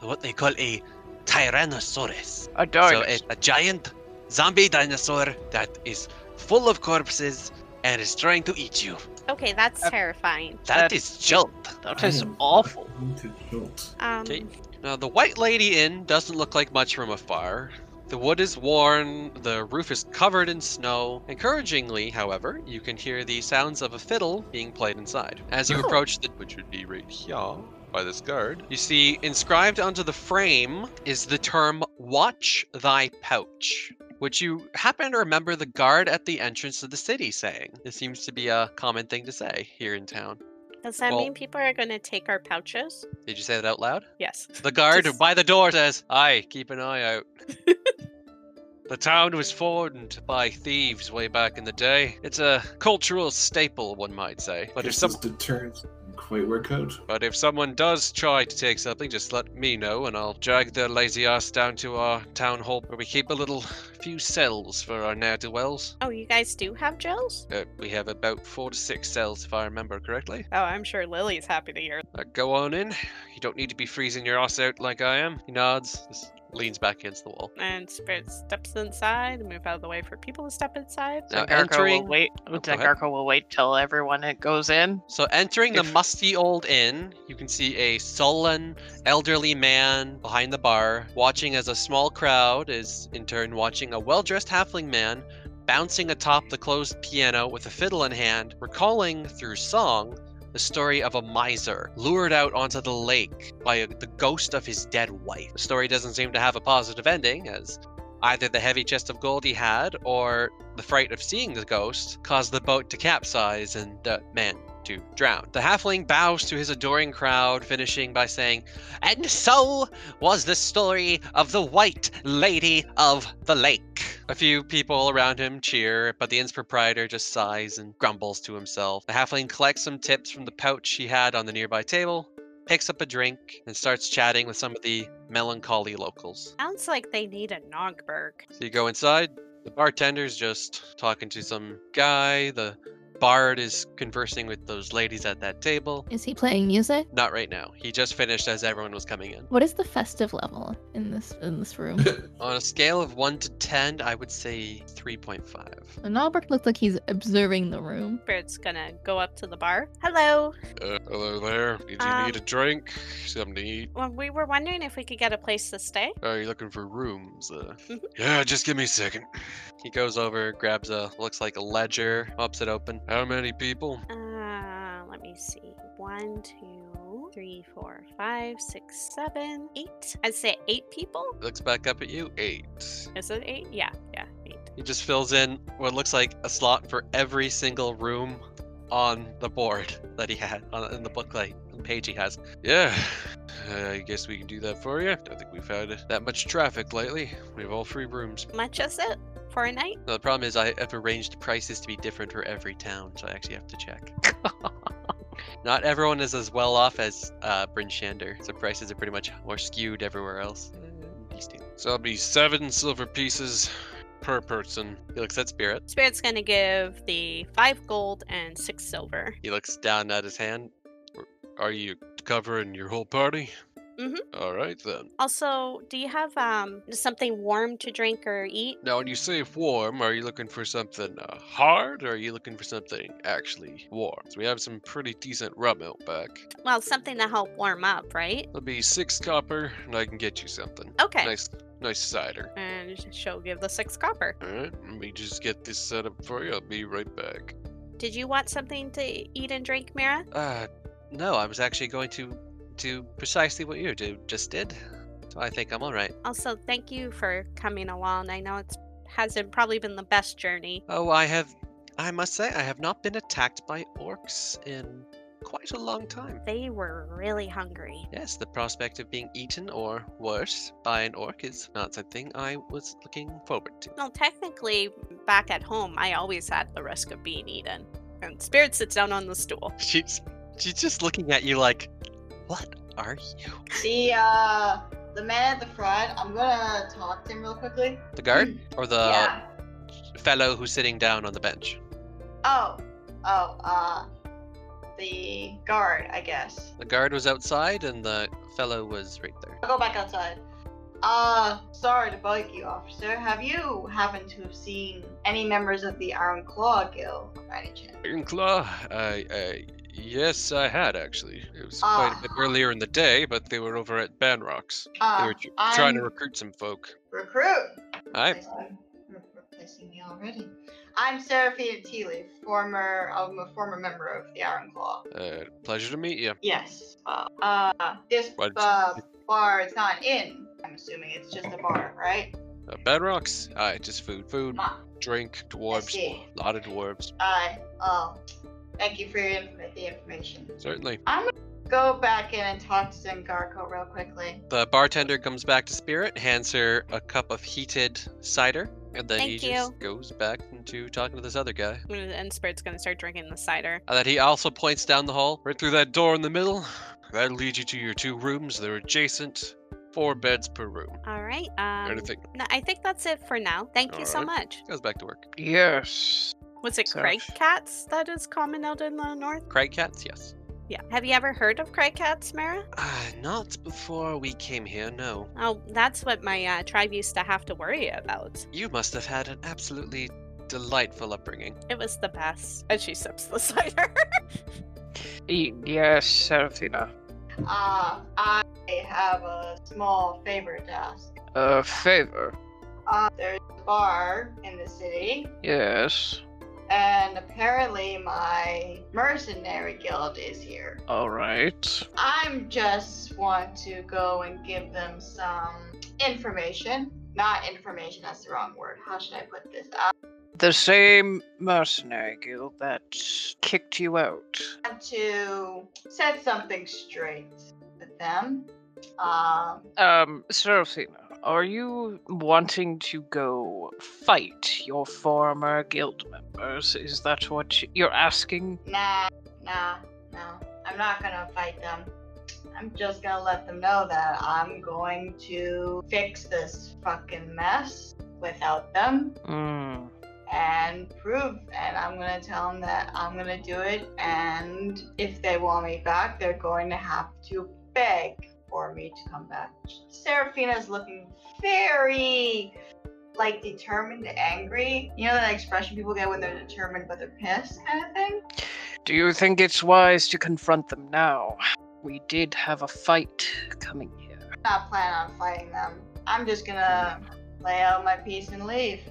what they call a Tyrannosaurus. A dinosaur. So it's a giant zombie dinosaur that is full of corpses and is trying to eat you. Okay, that's Uh, terrifying. That That- is jolt. that I is am awful. going to jolt. Um, Okay. Now, the White Lady Inn doesn't look like much from afar. The wood is worn, the roof is covered in snow. Encouragingly, however, you can hear the sounds of a fiddle being played inside. As you Oh. approach the which would be right here by this guard, you see inscribed onto the frame is the term watch thy pouch. Which you happen to remember the guard at the entrance of the city saying. This seems to be a common thing to say here in town. Does that Well- mean people are going to take our pouches? Did you say that out loud? Yes. The guard Just- by the door says, Aye, keep an eye [laughs] out. the town was formed by thieves way back in the day. It's a cultural staple, one might say. But if, Guess some, this deterrence didn't quite work out. but if someone does try to take something, just let me know and I'll drag their lazy ass down to our town hall where we keep a little few cells for our ne'er do wells. Oh, you guys do have gels? Uh, we have about four to six cells, if I remember correctly. Oh, I'm sure Lily's happy to hear. Uh, go on in. You don't need to be freezing your ass out like I am. He nods, just leans back against the wall. And Spirit steps inside, move out of the way for people to step inside. Now Zengarko entering- will wait. Oh, go Zengarko will wait till everyone it goes in. So entering the If- musty old inn, you can see a sullen, elderly man behind the bar, watching as a small crowd is in turn watching a well-dressed halfling man bouncing atop the closed piano with a fiddle in hand, recalling through song the story of a miser lured out onto the lake by a, the ghost of his dead wife. The story doesn't seem to have a positive ending, as either the heavy chest of gold he had or the fright of seeing the ghost caused the boat to capsize and the man to drown. The halfling bows to his adoring crowd, finishing by saying, And so was the story of the White Lady of the Lake. A few people around him cheer, but the inn's proprietor just sighs and grumbles to himself. The halfling collects some tips from the pouch he had on the nearby table, picks up a drink, and starts chatting with some of the melancholy locals. Sounds like they need a Nogberg. So you go inside. The bartender's just talking to some guy. The bard is conversing with those ladies at that table. Is he playing music? Not right now. He just finished as everyone was coming in. What is the festive level in this in this room? On a scale of 1 to 10, I would say 3.5. And Albert looks like he's observing the room. Spirit's gonna go up to the bar. Hello. Uh, hello there. Did you Um, need a drink? Something to eat? Well, we were wondering if we could get a place to stay. Oh, you're looking for rooms? Uh, Mhm. yeah, just give me a second. He goes over, grabs a, looks like a ledger, pops it open. How many people? Uh, let me see. One, two, three, four, five, six, seven, eight. I'd say eight people. Looks back up at you. Eight. Is it eight? Yeah, yeah, eight. He just fills in what looks like a slot for every single room on the board [laughs] that he had on, in the booklet the page he has. Yeah, Uh, I guess we can do that for you. Don't think we've had that much traffic lately. We have all free rooms. How Much is it for a night? No, the problem is I have arranged prices to be different for every town, so I actually have to check. Not everyone is as well off as uh, Bryn Shander, so prices are pretty much more skewed everywhere else. Mm-hmm. These two. So it'll be seven silver pieces per person. He looks at Spirit. Spirit's gonna give the five gold and six silver. He looks down at his hand. Are you covering your whole party? Mhm. All right then. Also, do you have um something warm to drink or eat? Now, when you say warm, are you looking for something uh, hard, or are you looking for something actually warm? So we have some pretty decent rum out back. Well, something to help warm up, right? It'll be six copper, and I can get you something. Okay. Nice, nice cider. And she'll give the six copper. All right, let me just get this set up for you. I'll be right back. Did you want something to eat and drink, Mira? Uh, no, I was actually going to do precisely what you do, just did. So I think I'm all right. Also, thank you for coming along. I know it's hasn't probably been the best journey. Oh, I have. I must say, I have not been attacked by orcs in quite a long time. They were really hungry. Yes, the prospect of being eaten or worse by an orc is not something I was looking forward to. [laughs] Well, technically, back at home, I always had the risk of being eaten. And Spirit sits down on the stool. She's she's just looking at you like, what are you? The uh, the man at the front. I'm gonna talk to him real quickly. The guard or the yeah. fellow who's sitting down on the bench? Oh, oh, uh, the guard, I guess. The guard was outside, and the fellow was right there. I'll go back outside. Uh, sorry to bug you, officer. Have you happened to have seen any members of the Iron Claw Guild by any chance? Ironclaw, I, I, yes, I had actually. It was quite a bit Ah. earlier in the day, but they were over at Banrocks. They Uh, were tr- trying to I'm- recruit some folk. recruit. I Replacing- re- Replacing me already. I'm Seraphina Teeley, former, I'm a former member of the Iron Claw. uh, pleasure to meet you. Yes. Well, uh, this Why did you- uh, bar is not an inn. I'm assuming it's just a bar, right? Uh, Banrocks, aye, just food, food, Ma- drink, dwarves, [laughs] see. lot of dwarves. I, oh, Thank you for your inf- the information. Certainly. Go back in and talk to Zengarko real quickly. The bartender comes back to Spirit, hands her a cup of heated cider, and then he Thank just goes back into talking to this other guy. And Spirit's gonna start drinking the cider. And then he also points down the hall, right through that door in the middle. That'll lead you to your two rooms. They're adjacent, four beds per room. All right. Um, Anything. no, I think that's it for now. Thank you All so right. much. Goes back to work. Yes. Was it So- Craig cats that is common out in the north? Craig cats, yes. Yeah. Have you ever heard of Craig cats, Mara? Uh, not before we came here, no. Oh, that's what my uh, tribe used to have to worry about. You must have had an absolutely delightful upbringing. It was the best. And she sips the [laughs] cider. Y- yes, Seraphina. Uh, I have a small favor to ask. A favor. Uh, there's a bar in the city, Yes. and apparently my mercenary guild is here. All right. I'm just want to go and give them some information. Not information, that's the wrong word. How should I put this? I The same mercenary guild that kicked you out. want to set something straight with them. Um, Um, Seraphina, are you wanting to go fight your former guild members? Is that what you- you're asking? Nah, nah, no. I'm not gonna fight them. I'm just gonna let them know that I'm going to fix this fucking mess without them Mm. and prove. And I'm gonna tell them that I'm gonna do it. And if they want me back, they're going to have to beg for me to come back. Seraphina's looking very. Like determined, angry. You know that expression people get when they're determined but they're pissed, kind of thing. Do you think it's wise to confront them now? We did have a fight coming here. not plan on fighting them. I'm just gonna lay out my piece and leave.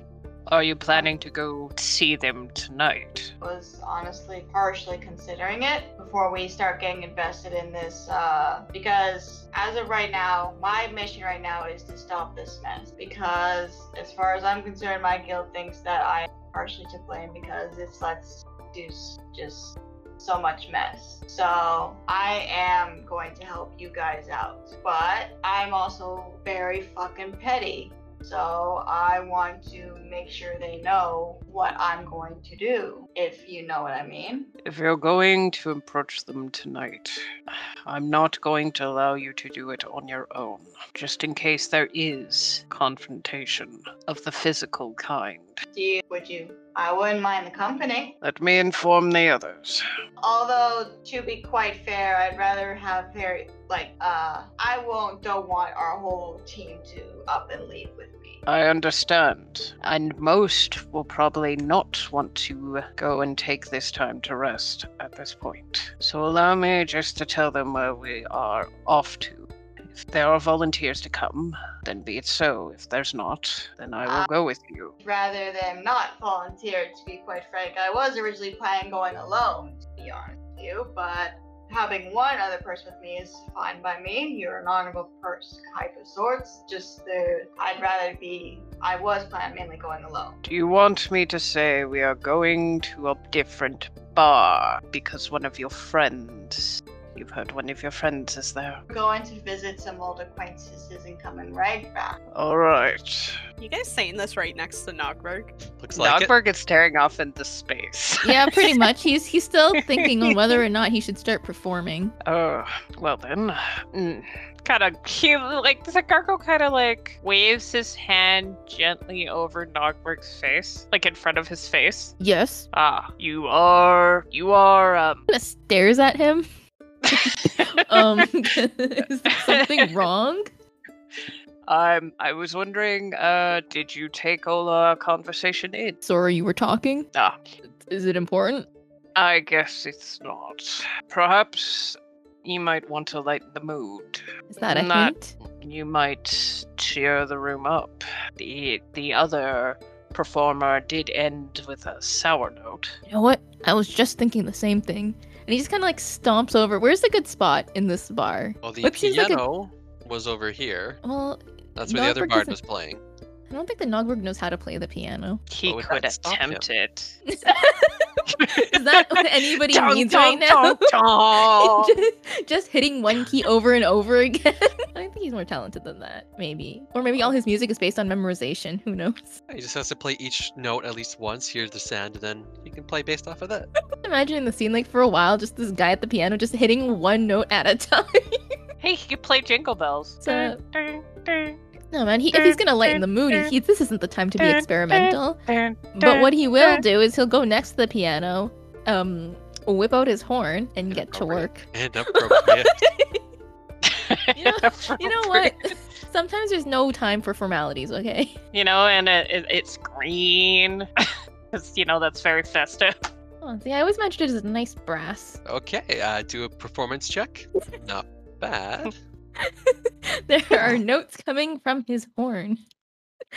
Are you planning to go see them tonight? Was honestly partially considering it before we start getting invested in this, uh, because as of right now, my mission right now is to stop this mess. Because as far as I'm concerned, my guild thinks that I partially to blame because it's let's do s- just so much mess. So I am going to help you guys out, but I'm also very fucking petty. So I want to make sure they know what I'm going to do, if you know what I mean. If you're going to approach them tonight, I'm not going to allow you to do it on your own, just in case there is confrontation of the physical kind. Do you? Would you? I wouldn't mind the company. Let me inform the others. Although to be quite fair, I'd rather have very like uh I won't don't want our whole team to up and leave with me. I understand. And most will probably not want to go and take this time to rest at this point. So allow me just to tell them where we are off to. If there are volunteers to come, then be it so. If there's not, then I will Ah. go with you. Rather than not volunteer, to be quite frank, I was originally planning going alone, to be honest with you, but having one other person with me is fine by me. You're an honorable person type of sorts. Just the I'd rather be I was planning mainly going alone. Do you want me to say we are going to a different bar because one of your friends, you've heard one of your friends is there? We're going to visit some old acquaintances and coming right back. All right. you guys saying this right next to Nogberg? Looks like it. is staring off into space. Yeah, pretty much. He's he's still thinking on whether or not he should start performing. Oh, well then. Mm. kind of he like Zagarko kind of like waves his hand gently over Nogberg's face, like in front of his face. Yes. Ah, you are you are um Kind of stares at him. Um, [laughs] is there something wrong? Um, I was wondering, uh, did you take all our conversation in? Sorry, you were talking. Ah. Is it important? I guess it's not. Perhaps you might want to lighten the mood. Is that a Not- hint? You might cheer the room up. The the other performer did end with a sour note. You know what? I was just thinking the same thing. And he just kind of like stomps over. Where's the good spot in this bar? Well, the What seems like a- piano was over here. Well, Oh, That's where the other Nordberg bard doesn't- was playing. I don't think the Nogberg knows how to play the piano. He But we could can't stop him. attempt it. Is that what anybody Dun, needs dun, right now? dun, [laughs] dun. just, just hitting one key over and over again. [laughs] I think he's more talented than that, maybe. Or maybe all his music is based on memorization. Who knows? [laughs] He just has to play each note at least once, hear the sound, and then he can play based off of that. Imagine the scene like for a while, just this guy at the piano just hitting one note at a time. [laughs] hey, he could play Jingle Bells. So- Dun, dun, No man, he, if he's gonna lighten the mood, he, this isn't the time to be experimental. dun, dun, But what he will dun. do is he'll go next to the piano, um, whip out his horn, and get to Inappropriate. work. And appropriate. You know- You know what? [laughs] Sometimes there's no time for formalities. Okay. You know, and it, it, it's green. [laughs] 'Cause, you know, that's very festive. Oh, see, I always imagined it as a nice brass. [laughs] okay, uh, do a performance check. Not bad. [laughs] There are notes coming from his horn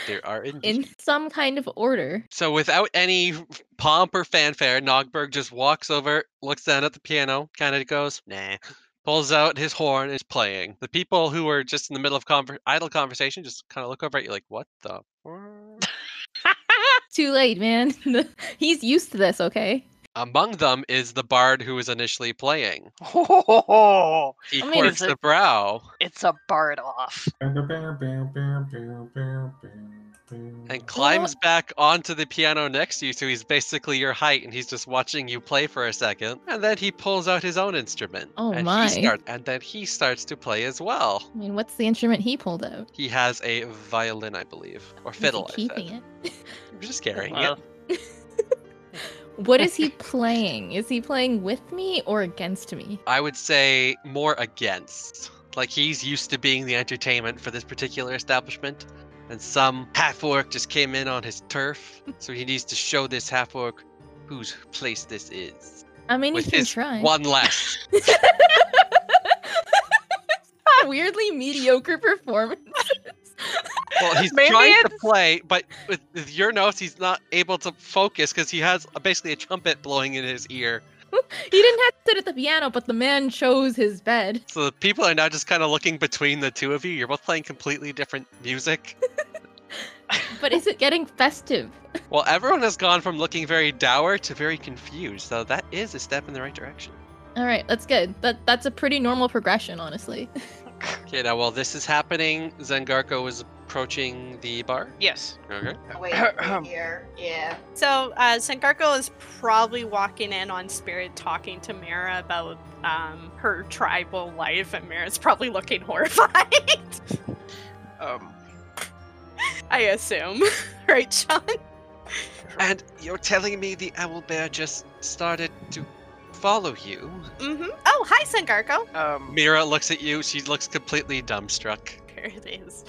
There [laughs] are indeed. in some kind of [laughs] order. So without any pomp or fanfare, Nogberg just walks over, looks down at the piano, kind of goes, nah, pulls out his horn, is playing. The people who are just in the middle of conver- idle conversation just kind of look over at you like, what the? fuck?" Too late, man. [laughs] He's used to [laughs] this. Okay. Among them is the bard who was initially playing. Oh, He I mean, quirks is it- the brow it's a bard off. and Thank climbs back onto the piano next to you, so he's basically your height, and he's just watching you play for a second. And then he pulls out his own instrument. Oh and my. He start- and then he starts to play as well. I mean, what's the instrument he pulled out? He has a violin, I believe, or Is he fiddle. I keeping said. it. I'm just carrying Well, What is [laughs] he playing? Is he playing with me or against me? I would say more against. Like he's used to being the entertainment for this particular establishment, and some half orc just came in on his [laughs] turf, so he needs to show this half orc whose place this is. I mean, With you can his try. [laughs] One less. Weirdly mediocre performance. [laughs] Well, he's Maybe trying to it's- play, but with, with your notes, he's not able to focus because he has a, basically a trumpet blowing in his ear. he didn't have to sit at the piano, but the man chose his bed. So the people are now just kind of looking between the two of you. You're both playing completely different [laughs] music. But is it getting festive? Well, everyone has gone from looking very dour to very confused, so that is a step in the right direction. All right, that's good. That that's a pretty normal progression, honestly. Okay, now while this is happening, Zengarko is approaching the bar. yes. Okay. [coughs] [clears throat] Oh, Wait right here. Yeah. So uh, Sengarko is probably walking in on Spirit talking to Mara about um, her tribal life, and Mara's probably looking [laughs] horrified, [laughs] Um, I assume. [laughs] right, Sean? And you're telling me the owl bear just started to follow you? Mm-hmm. Oh, hi, Sengarko. um, Mira looks at you. She looks completely dumbstruck. [laughs] There it is.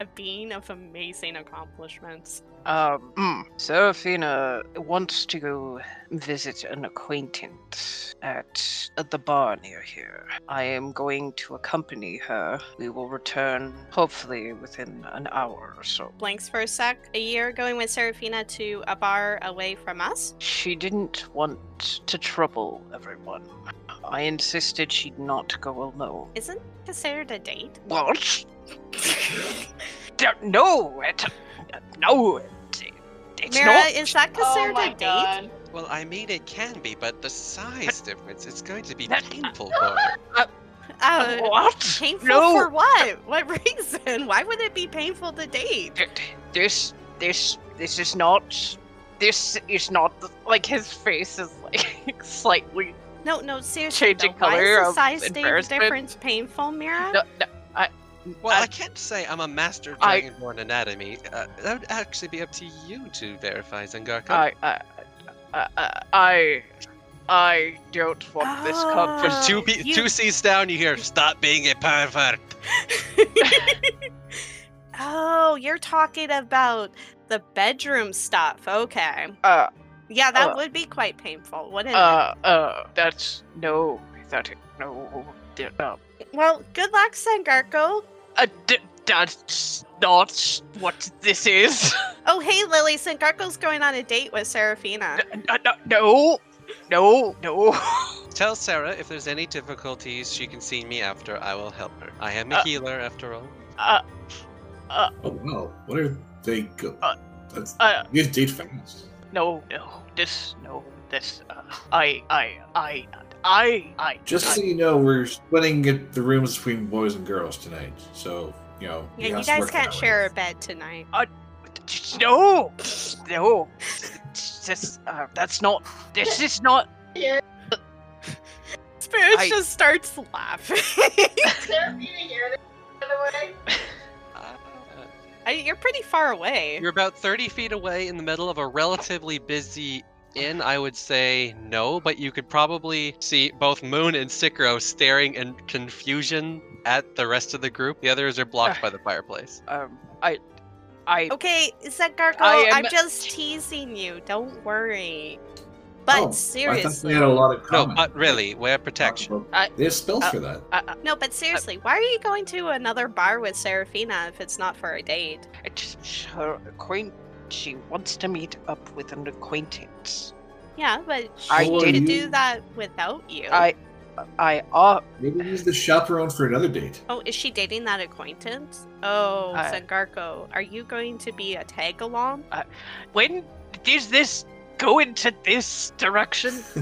A being of amazing accomplishments. Um, mm. Serafina wants to visit an acquaintance at the bar near here. I am going to accompany her. We will return hopefully within an hour or so. Blanks for a sec. A year going with Serafina to a bar away from us. She didn't want to trouble everyone. I insisted she'd not go alone. Isn't considered a date? What? Don't- no, it, no, it, it's Mara, not. is that Oh considered my a date? god. Well, I mean, it can be, but the size difference, it's going to be That- painful for her. Uh, what? Painful No. for what? What [laughs] reason? Why would it be painful to date? Th- this this this is not this is not the, like his face is like [laughs] slightly. No, no, seriously. Changing though, color Why is the of size di- embarrassment. difference painful, Mira? No, no, Well, I Uh, can't say I'm a master of I- dragonborn anatomy. Uh, that would actually be up to you to verify, Zangarko. I, I, I, uh, I, I, I don't want this Ah. From conversation. two pe- you- two seats down, you hear, "Stop being a pervert." oh, you're talking about the bedroom stuff. Okay. Uh, Yeah, that Uh, would be quite painful, wouldn't uh, uh, that's no, that no, d- uh, it? Well, good luck, Sangarko. uh, d- that's not what this is. [laughs] Oh, hey, Lily. Sangarko's going on a date with Serafina. Uh, no, no, no, no. Tell Sarah if there's any difficulties, she can see me after. I will help her. I am a Uh, healer, after all. Oh wow, what are They go. Uh, That's, Uh, you did fast. no, no, this, no, this. Uh, I, I, I, I, I. Just I- so you know, we're splitting it, the rooms between boys and girls tonight. So, you know. Yeah, have you to guys work that can't way. share a bed tonight. Uh, [laughs] No, no. oh, This, uh, that's not. This is not. [laughs] Spirits I- just starts laughing. [laughs] Seraphina hear this, by the way? Uh, [laughs] I, you're pretty far away. You're about 30 feet away in the middle of a relatively busy inn. I would say no, but you could probably see both Moon and Sikro staring in confusion at the rest of the group. The others are Uh, blocked by the fireplace. Oh, Um, I, I. Okay, Zegarko, I am- I'm just teasing you. Don't worry. Oh, But I thought seriously, we had a lot of No, common. but really, wear protection. I- They have spells uh, for that. no, but seriously, why are you going to another bar with Serafina if it's not for a date? I just, her acquaint. She wants to meet up with an acquaintance. Yeah, but she I How are could didn't do that without you. I, I. Uh, Maybe he's the chaperone for another date. Oh, is she dating that acquaintance? Oh, I- Zangarko, are you going to be a tag along? when does this go into this direction? [laughs]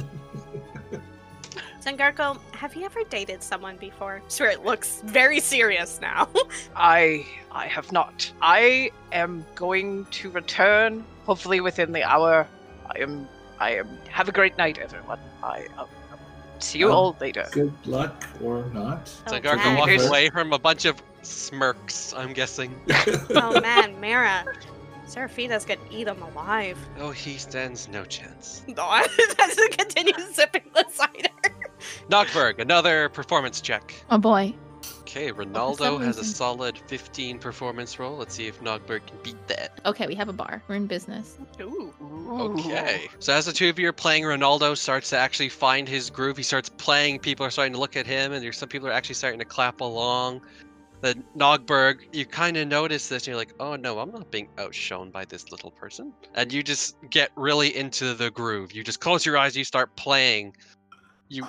Zangarko, have you ever dated someone before? Spirit looks very serious now. I I have not. I am going to return, hopefully within the hour. I am I am have a great night, everyone. I um, um, see you Um, all later. Good luck or not. So man. Gargo walks Here's- away from a bunch of smirks, I'm guessing. [laughs] oh man, Mara. Serafina's gonna eat him alive. Oh, he stands no chance. [laughs] No, [laughs] doesn't continue sipping the cider. Nogberg, another performance check. Oh boy. Okay, Ronaldo has a reason- solid 15 performance roll. Let's see if Nogberg can beat that. Okay, we have a bar. We're in business. Ooh. Okay. So as the two of you are playing, Ronaldo starts to actually find his groove. He starts playing. People are starting to look at him, and there's some people are actually starting to clap along. The Nogberg, you kind of notice this, and you're like, "Oh no, I'm not being outshone by this little person." And you just get really into the groove. You just close your eyes. You start playing. You.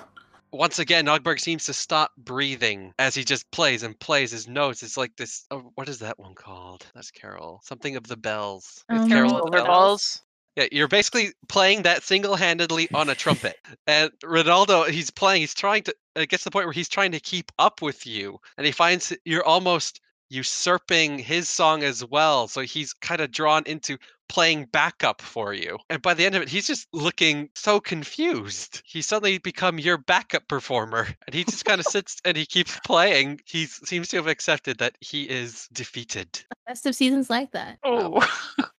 Once again, Nogberg seems to stop breathing as he just plays and plays his notes. It's like this. Oh, what is that one called? That's Carol. Something of the bells. It's Um, Carol Carol of of the bells. Yeah, you're basically playing that single-handedly on a trumpet. And Ronaldo, he's playing, he's trying to it gets to the point where he's trying to keep up with you. And he finds that you're almost usurping his song as well. So he's kind of drawn into playing backup for you. And by the end of it, he's just looking so confused. He's suddenly become your backup performer. And he just kind of sits and he keeps playing. He seems to have accepted that he is defeated. Festive season's like that. Oh, [laughs]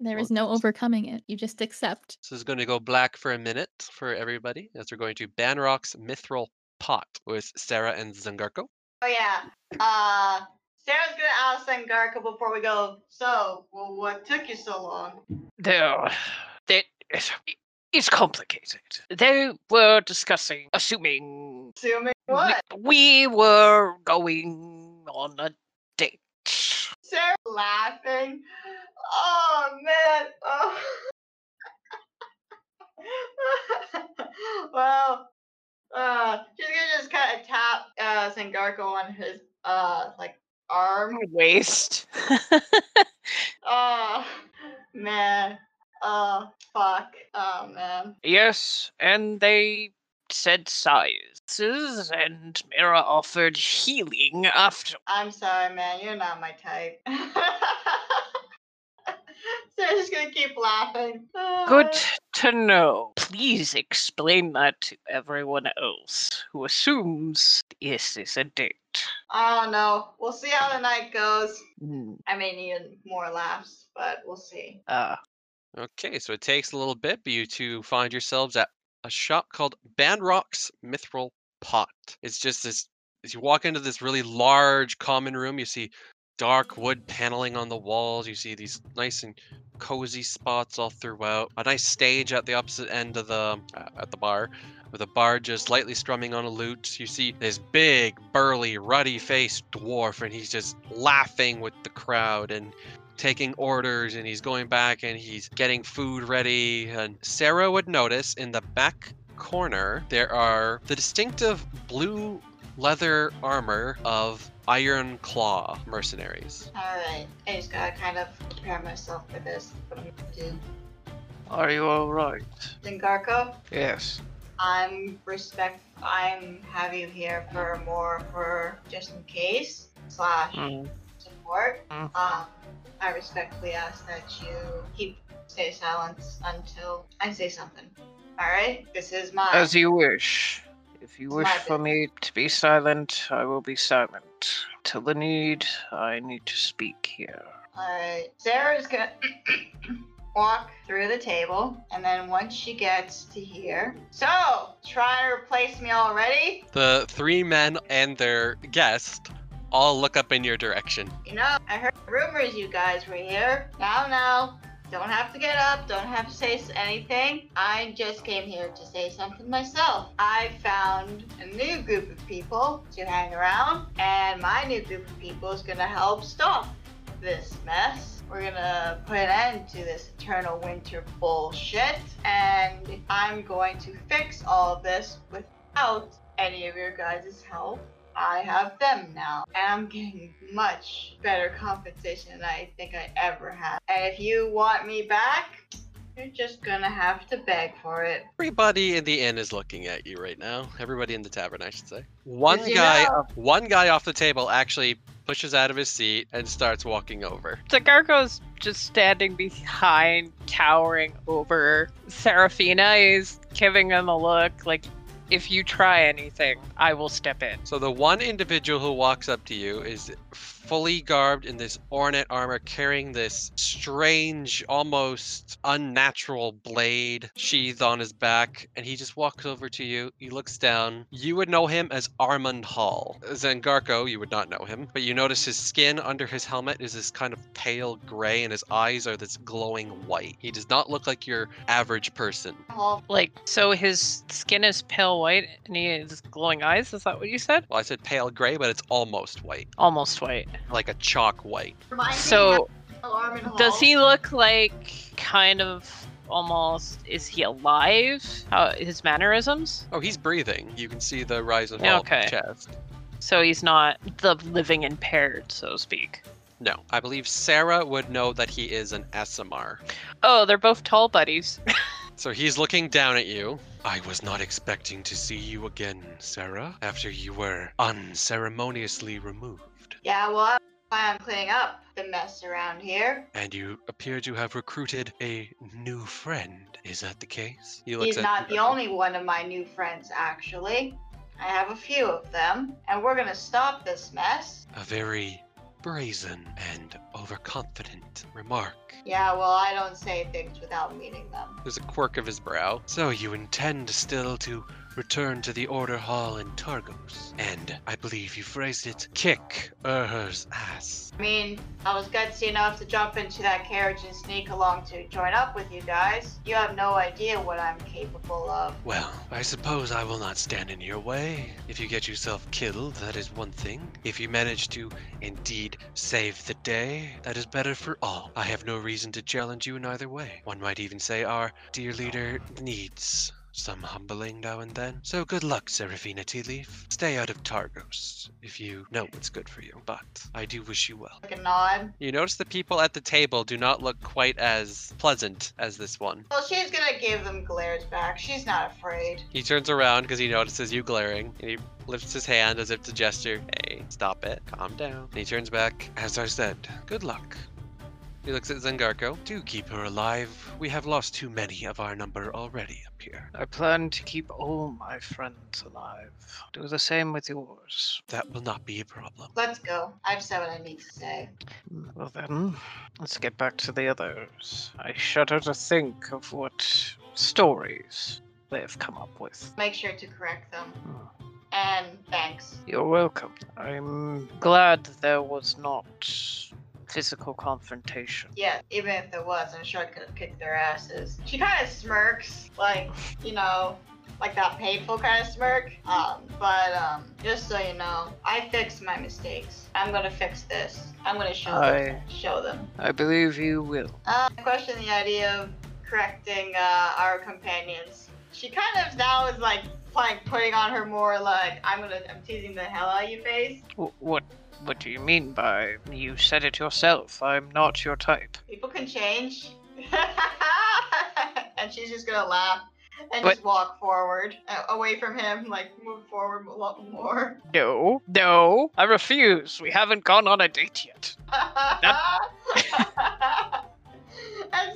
There is no overcoming it. You just accept. So this is going to go black for a minute for everybody as we're going to Banrock's Mithril Pot with Sarah and Zangarko. Oh yeah. Uh, Sarah's gonna ask Sangarka before we go. So, well, what took you so long? there. That is it's complicated. They were discussing, assuming Assuming we- what? we were going on a date. Sarah laughing. Oh man. Oh. [laughs] well, uh, she's gonna just kind of tap uh, Sangarko on his uh like arm. Waste. Oh man. Oh fuck. Oh man. Yes, and they said sizes, and Mira offered healing after. I'm sorry, man. You're not my type. [laughs] so I'm just gonna keep laughing. Good Uh, to know. Please explain that to everyone else who assumes this is a date. I don't know. We'll see how the night goes. Hmm, I may need more laughs, but we'll see. Uh, Okay, so it takes a little bit, but you two find yourselves at a shop called Banrock's Mithril Pot. It's just this, as you walk into this really large common room, you see dark wood paneling on the walls. You see these nice and cozy spots all throughout. A nice stage at the opposite end of the uh, at the bar, with a bar just lightly strumming on a lute. You see this big, burly, ruddy-faced dwarf, and he's just laughing with the crowd. And taking orders and he's going back and he's getting food ready. And Sarah would notice in the back corner there are the distinctive blue leather armor of Iron Claw mercenaries. Alright. I just gotta kind of prepare myself for this. What I'm gonna do. Are you alright? Zingarko, Yes. I'm respect. I'm have you here for more for just in case slash Hmm. Mm. support. Mm. Um, I respectfully ask that you keep stay silent until I say something. All right, this is mine. As you wish. If you It's wish my for me to be silent, I will be silent. Till the need, I need to speak here. Alright. Sarah's gonna [coughs] walk through the table, and then once she gets to here. So, try to replace me already? The three men and their guest all look up in your direction. You know, I heard rumors you guys were here. Now, now. Don't have to get up, don't have to say s- anything. I just came here to say something myself. I found a new group of people to hang around, and my new group of people is gonna help stop this mess. We're gonna put an end to this eternal winter bullshit, and I'm going to fix all of this without any of your guys' help. I have them now, and I'm getting much better compensation than I think I ever had. And if you want me back, you're just gonna have to beg for it. Everybody in the inn is looking at you right now. Everybody in the tavern, I should say. One Did you guy, know? one guy off the table actually pushes out of his seat and starts walking over. Zagarko's just standing behind, towering over Seraphina. He's giving him a look like, if you try anything, I will step in. So the one individual who walks up to you is fully garbed in this ornate armor, carrying this strange, almost unnatural blade sheathed on his back, and he just walks over to you. He looks down. You would know him as Armand Hall. Zangarko, you would not know him, but you notice his skin under his helmet is this kind of pale gray, and his eyes are this glowing white. He does not look like your average person. Well, Like, so his skin is pale white and he has glowing eyes. Is that what you said? Well, I said pale gray, but it's almost white, Almost white. like a chalk white. remind me So. of Armin Hall. Does he look like kind of almost? Is he alive? How, his mannerisms? Oh, he's breathing. You can see the rise and fall of Okay. his chest. So he's not the living impaired, so to speak. No, I believe Sarah would know that he is an SMR. Oh, they're both tall buddies. So he's looking down at you. I was not expecting to see you again, Sarah, after you were unceremoniously removed. Yeah, well, I'm why I'm cleaning up the mess around here. And you appear to have recruited a new friend. Is that the case? He looks He's at not the only one of my new friends, actually. I have a few of them, and we're gonna stop this mess. A very brazen and overconfident remark. Yeah, well, I don't say things without meaning them. There's a quirk of his brow. So you intend still to return to the Order Hall in Targos, and I believe you phrased it, kick Urher's ass. I mean, I was gutsy enough to jump into that carriage and sneak along to join up with you guys. You have no idea what I'm capable of. Well, I suppose I will not stand in your way. If you get yourself killed, that is one thing. If you manage to indeed save the day, that is better for all. I have no reason to challenge you in either way. One might even say our dear leader needs some humbling now and then. So good luck, Seraphina Tea Leaf. Stay out of Targos if you know what's good for you, but I do wish you well. Like a nod. You notice the people at the table do not look quite as pleasant as this one. Well, she's gonna give them glares back. She's not afraid. He turns around because he notices you glaring, and he lifts his hand as if to gesture, "Hey, stop it, calm down." And he turns back. As I said, good luck. He looks at Zangarko. Do keep her alive. We have lost too many of our number already up here. I plan to keep all my friends alive. Do the same with yours. That will not be a problem. Let's go. I've said what I need to say. Hmm, Well then, let's get back to the others. I shudder to think of what stories they have come up with. Make sure to correct them. Hmm. And thanks. You're welcome. I'm glad there was not physical confrontation. Yeah, even if there was, I'm sure I could have kicked their asses. She kind of smirks, like, you know, like that painful kind of smirk. Um, but um, just so you know, I fixed my mistakes. I'm gonna fix this. I'm gonna show them. Show them. I believe you will. Uh, I question the idea of correcting uh, our companions. She kind of now is like like putting on her more like I'm gonna I'm teasing the hell out of you face. Wh- What? What do you mean by you said it yourself? I'm not your type. People can change. [laughs] and she's just gonna laugh and But- just walk forward uh, away from him, like move forward a lot more. [laughs] No, no, I refuse. We haven't gone on a date yet. and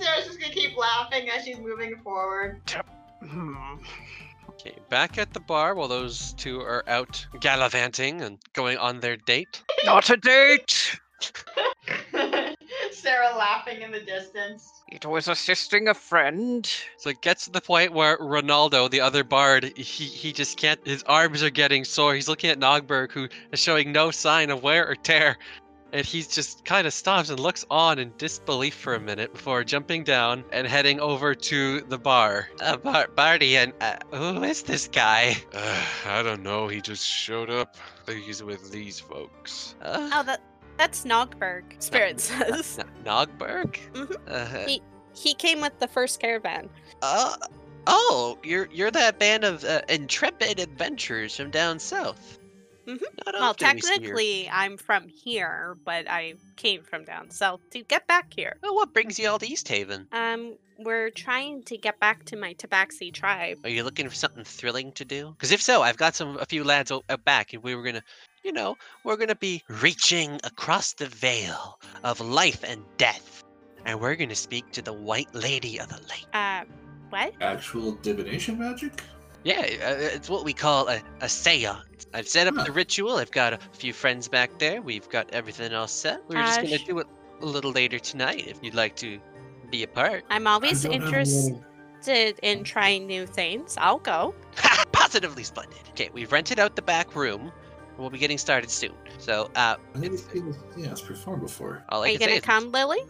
Sarah's just gonna keep laughing as she's moving forward. Hmm. Okay, back at the bar while those two are out gallivanting and going on their date. Not a date! Sarah laughing in the distance. It was assisting a friend. So it gets to the point where Ronaldo, the other bard, he, he just can't. His arms are getting sore. He's looking at Nogberg, who is showing no sign of wear or tear. And he's just kind of stops and looks on in disbelief for a minute before jumping down and heading over to the bar. Uh, Bar- Barty, and uh, who is [sighs] this guy? Uh, I don't know. He just showed up. I think he's with these folks. Oh, that that's Nogberg. Spirit [laughs] says Nogberg? Mhm. Uh, he came with the first caravan. oh, oh, you're you're that band of uh, intrepid adventurers from down south. Mhm. Not well, often we see your- technically, I'm from here, but I came from down south to get back here. Oh, Well, what brings you all to East Haven? Um, we're trying to get back to my Tabaxi tribe. Are you looking for something thrilling to do? Because if so, I've got some a few lads o- out back, and we were gonna, you know, we're gonna be reaching across the veil of life and death, and we're gonna speak to the White Lady of the Lake. Uh, what? Actual divination magic? Yeah, uh, it's what we call a, a seance. I've set up Huh. the ritual. I've got a few friends back there. We've got everything all set. We're just gonna Ash. do it a little later tonight if you'd like to be a part. I'm always interested in trying new things. I'll go. Ha! [laughs] Positively splendid. Okay, we've rented out the back room. and We'll be getting started soon. So, uh, I think it's been, yeah, it's performed before. all I Are you can say gonna is- come, Lily?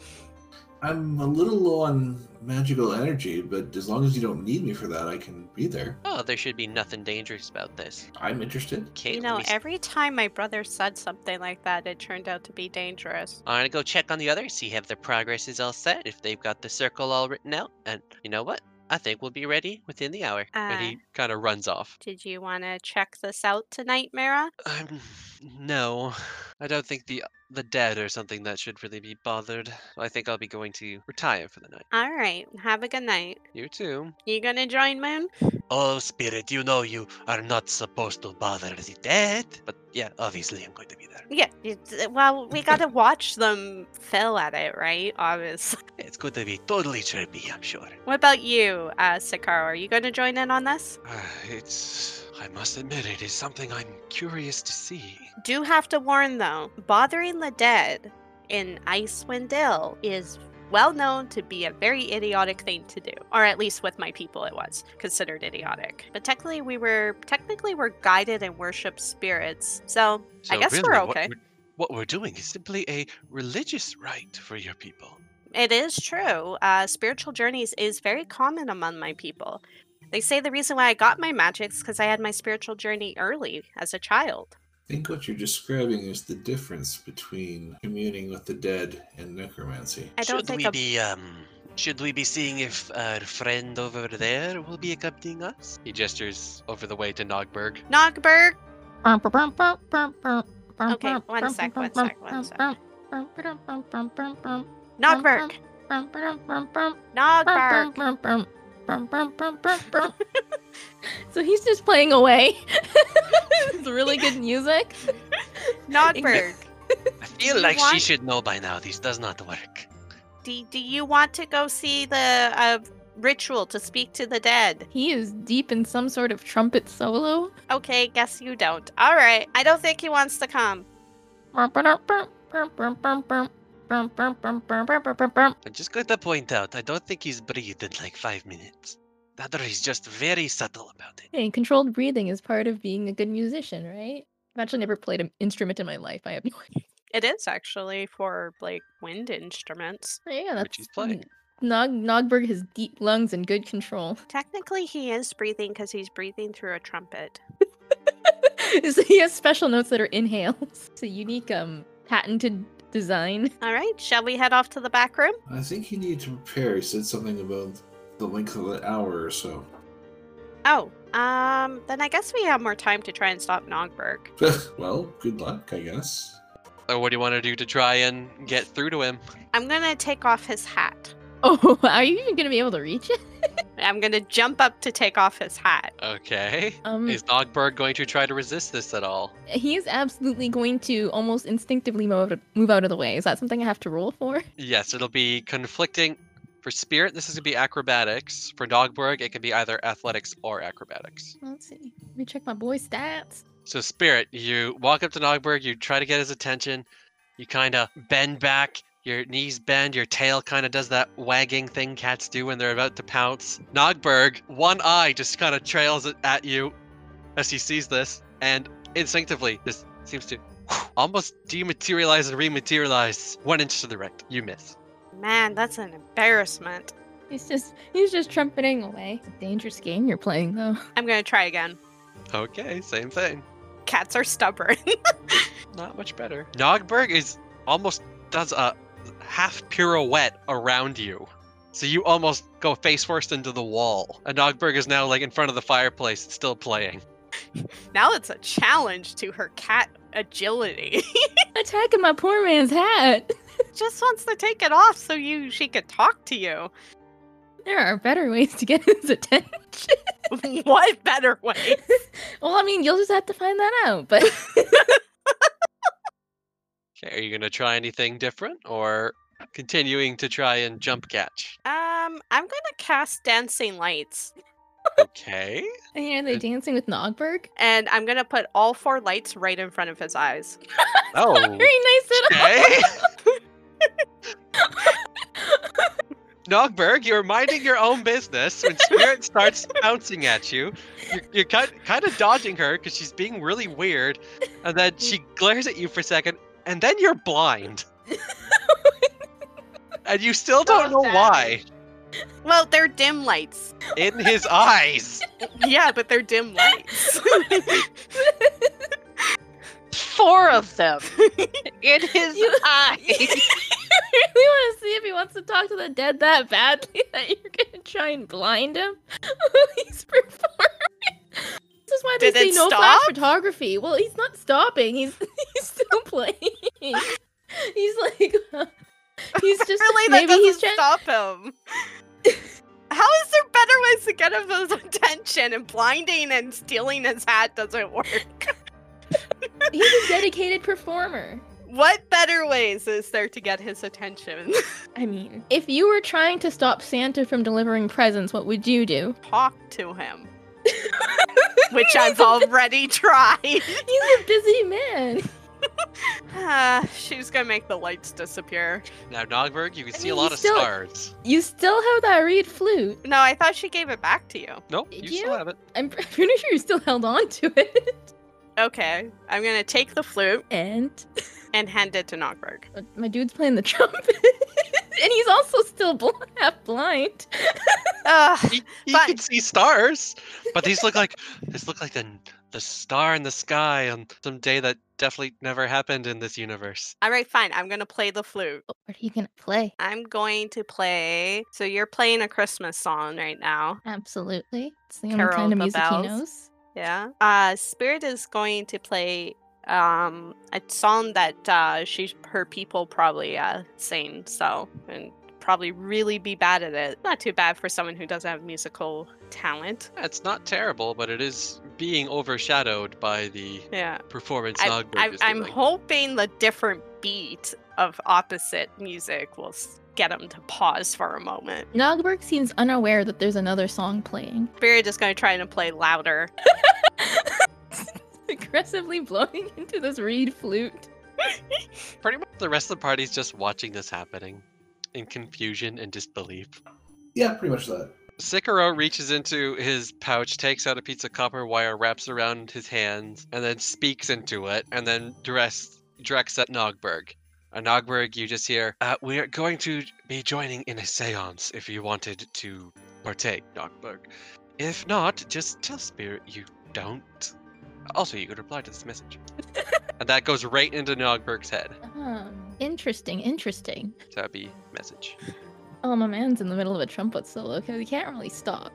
I'm a little low on magical energy, but as long as you don't need me for that, I can be there. Oh, there should be nothing dangerous about this. I'm interested. Okay, you let know, me s- every time my brother said something like that, it turned out to be dangerous. I'm gonna go check on the others, see if their progress is all set, if they've got the circle all written out, and you know what? I think we'll be ready within the hour. Uh, and he kind of runs off. Did you want to check this out tonight, Mara? Um, No, I don't think the the dead are something that should really be bothered. I think I'll be going to retire for the night. All right. Have a good night. You too. You gonna join, Moon? oh, spirit, you know you are not supposed to bother the dead. But yeah, obviously I'm going to be there. Yeah. it's- Well, we gotta watch them fail at it, right? Obviously. It's going to be totally trippy, I'm sure. [laughs] What about you, uh, Sakaro? Are you gonna join in on this? Uh, [sighs] it's. I must admit, it is something I'm curious to see. Do have to warn though, bothering the dead in Icewind Dale is well known to be a very idiotic thing to do, or at least with my people it was considered idiotic. But technically, we were technically we're guided and worship spirits, so I guess we're okay. What we're, what we're doing is simply a religious rite for your people. It is true. Uh, spiritual journeys is very common among my people. They say the reason why I got my magics because I had my spiritual journey early as a child. I think what you're describing is the difference between communing with the dead and necromancy. I don't should think we a- be um? Should we be seeing if our friend over there will be accompanying us? He gestures over the way to Nogberg. Nogberg. Okay, one sec, one sec, one sec. Nogberg. Nogberg. [laughs] [laughs] So he's just playing away. [laughs] it's really [laughs] good music. Nogberg. I feel you like she want- should know by now. This does not work. Do, do you want to go see the uh, ritual to speak to the dead? He is deep in some sort of trumpet solo. Okay, guess you don't. All right. I don't think he wants to come. I'm just going to point out. I don't think he's breathed in like five minutes. That or he's just very subtle about it. Hey, controlled breathing is part of being a good musician, right? I've actually never played an instrument in my life. I have no [laughs] idea. It is actually for like wind instruments. Yeah, that's he's playing. Nog Nogberg has deep lungs and good control. [laughs] Technically, he is breathing because he's breathing through a trumpet. so he has special notes that are inhales. [laughs] It's a unique, um, patented design. [laughs] All right. Shall we head off to the back room? I think you need to prepare. He said something about the length of the hour or so. Oh, um, then I guess we have more time to try and stop Nogberg. [laughs] well, good luck, I guess. Or Uh, what do you want to do to try and get through to him? I'm gonna take off his hat. [laughs] Oh, are you even gonna be able to reach it? [laughs] I'm gonna jump up to take off his hat. Okay. Um, Is Nogberg going to try to resist this at all? he is absolutely going to almost instinctively move out, move out of the way. Is that something I have to roll for? Yes, it'll be conflicting. For Spirit, this is going to be acrobatics. For Dogberg, it can be either athletics or acrobatics. Let's see. Let me check my boy stats. So, Spirit, you walk up to Nogberg, you try to get his attention, you kind of bend back, your knees bend, your tail kind of does that wagging thing cats do when they're about to pounce. Nogberg, one eye just kind of trails it at you as he sees this, and instinctively, this seems to almost dematerialize and rematerialize one inch to the right. You miss. Man, that's an embarrassment. He's just he's just trumpeting away. It's a dangerous game you're playing though. I'm gonna try again. Okay, same thing. Cats are stubborn. [laughs] Not much better. Nogberg is almost does a half pirouette around you. So you almost go face first into the wall. And Nogberg is now like in front of the fireplace, still playing. now it's a challenge to her cat agility. [laughs] Attacking my poor man's hat. Just wants to take it off so you she could talk to you. There are better ways to get [laughs] his attention. [laughs] what better way? [laughs] well, I mean, you'll just have to find that [laughs] out. But Okay, are you gonna try anything different or continuing to try and jump catch? Um, I'm gonna cast dancing lights, Okay. And, you know, they're dancing with Nogberg. and I'm gonna put all four lights right in front of his eyes. [laughs] Oh. Very nice at all. Okay. [laughs] Nogberg, you're minding your own business when [laughs] Spirit starts bouncing at you. You're, you're kind, kind of dodging her because she's being really weird, and then she glares at you for a second, and then you're [laughs] blind. and you still don't So know why. Well, they're dim lights. In his eyes. Yeah, but they're dim [laughs] lights. Four of them in his [laughs] You- eye. I really want to see if he wants to talk to the dead that badly [laughs] that you're gonna try and blind him while he's performing. This is why they Did say it no flash stop? photography. Well, he's not stopping. He's [laughs] he's still playing. [laughs] He's like [laughs] he's just really, that maybe doesn't he's trying. stop him. How is there better ways to get his [laughs] attention? And blinding and stealing his hat doesn't work. He's a dedicated performer. What better ways is there to get his attention? [laughs] I mean, if you were trying to stop Santa from delivering presents, what would you do? Talk to [laughs] him, which I've already tried. [laughs] He's a busy man. [laughs] Ah, she's gonna make the lights disappear. Now, Nogberg, you can I see a mean, lot you of still- stars. You still have that reed flute. No, I thought she gave it back to you. Nope, you Did still you? have it. I'm [laughs] pr- pretty sure you still held on to it. Okay, I'm gonna take the flute And and hand it to Nogberg. uh, my dude's playing the trumpet, [laughs] and he's also still bl- half blind. Ugh, He, he But- can see stars, but these look like these look like the the star in the sky on some day that definitely never happened in this universe. all right, fine. I'm gonna play the flute. Oh, What are you gonna play? I'm going to play. So you're playing a Christmas song right now. Absolutely, it's the Carol only kind of the music Bells. he knows. Yeah. Uh, Spirit is going to play um a song that uh she her people probably uh sing so and probably really be bad at it not too bad for someone who doesn't have musical talent Yeah, it's not terrible, but it is being overshadowed by the yeah performance I- Nogberg I, is I'm doing. hoping the different beat of opposite music will s- get him to pause for a moment. Nogberg seems unaware that there's another song playing. Spirit is going to try and play louder. Aggressively blowing [laughs] into this reed [laughs] flute. Pretty much the rest of the party's just watching this happening in confusion and disbelief. Yeah, pretty much that. Sikoro reaches into his pouch, takes out a piece of copper wire, wraps around his hands, and then speaks into it, and then directs, directs at Nogberg. And Nogberg, you just hear, uh, We are going to be joining in a seance if you wanted to partake, Nogberg. If not, just tell Spirit you don't. Also, you could reply to this message. and that goes right into Nogberg's head. Um, interesting, interesting. So that'd be message. Oh, my man's in the middle of a trumpet solo because he can't really stop.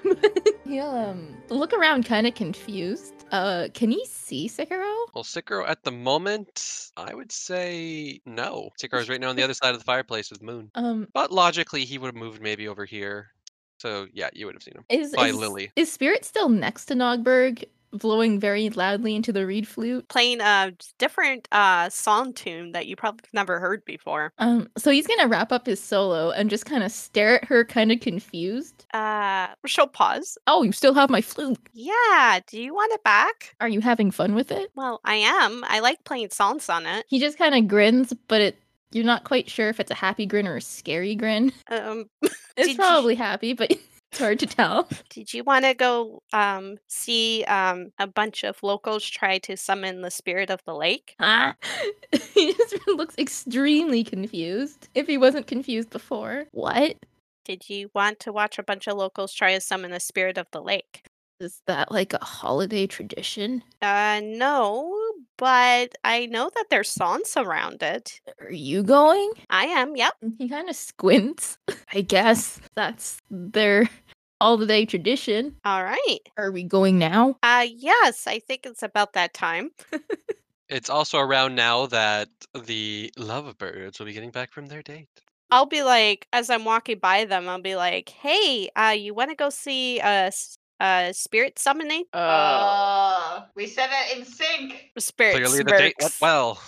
[laughs] He'll um, look around kind of confused. Uh, can he see Sekiro? Well, Sikro at the moment, I would say no. Sikro's right now on the other side of the fireplace with Moon. Um, But logically, he would have moved maybe over here. So yeah, you would have seen him. is By is- Lily. Is Spirit still next to Nogberg, blowing very loudly into the reed flute? Playing a different uh, song tune that you probably never heard before. Um, so he's gonna wrap up his solo and just kind of stare at her, kind of confused. Uh, she'll pause. Oh, you still have my flute? Yeah, do you want it back? Are you having fun with it? Well, I am. I like playing songs on it. He just kind of grins, but it you're not quite sure if it's a happy grin or a scary grin. [laughs] Um, [laughs] It's Did you- probably happy, but [laughs] it's hard to tell. [laughs] did you want to go um, see um, a bunch of locals try to summon the spirit of the lake? Ah. he just [laughs] looks extremely confused. If he wasn't confused before, what Did you want to watch a bunch of locals try to summon the spirit of the lake? is that like a holiday tradition? Uh, no, but I know that there's songs around it. Are you going? I am, yep. [laughs] He kind of squints. [laughs] I guess that's their holiday tradition. All right. Are we going now? Uh, yes, I think it's about that time. It's also around now that the lovebirds will be getting back from their date. I'll be like, as I'm walking by them, I'll be like, hey, uh, you want to go see uh, s- uh, spirit summoning? Oh, we said it in sync. Spirit Clearly, the date went smirks. well.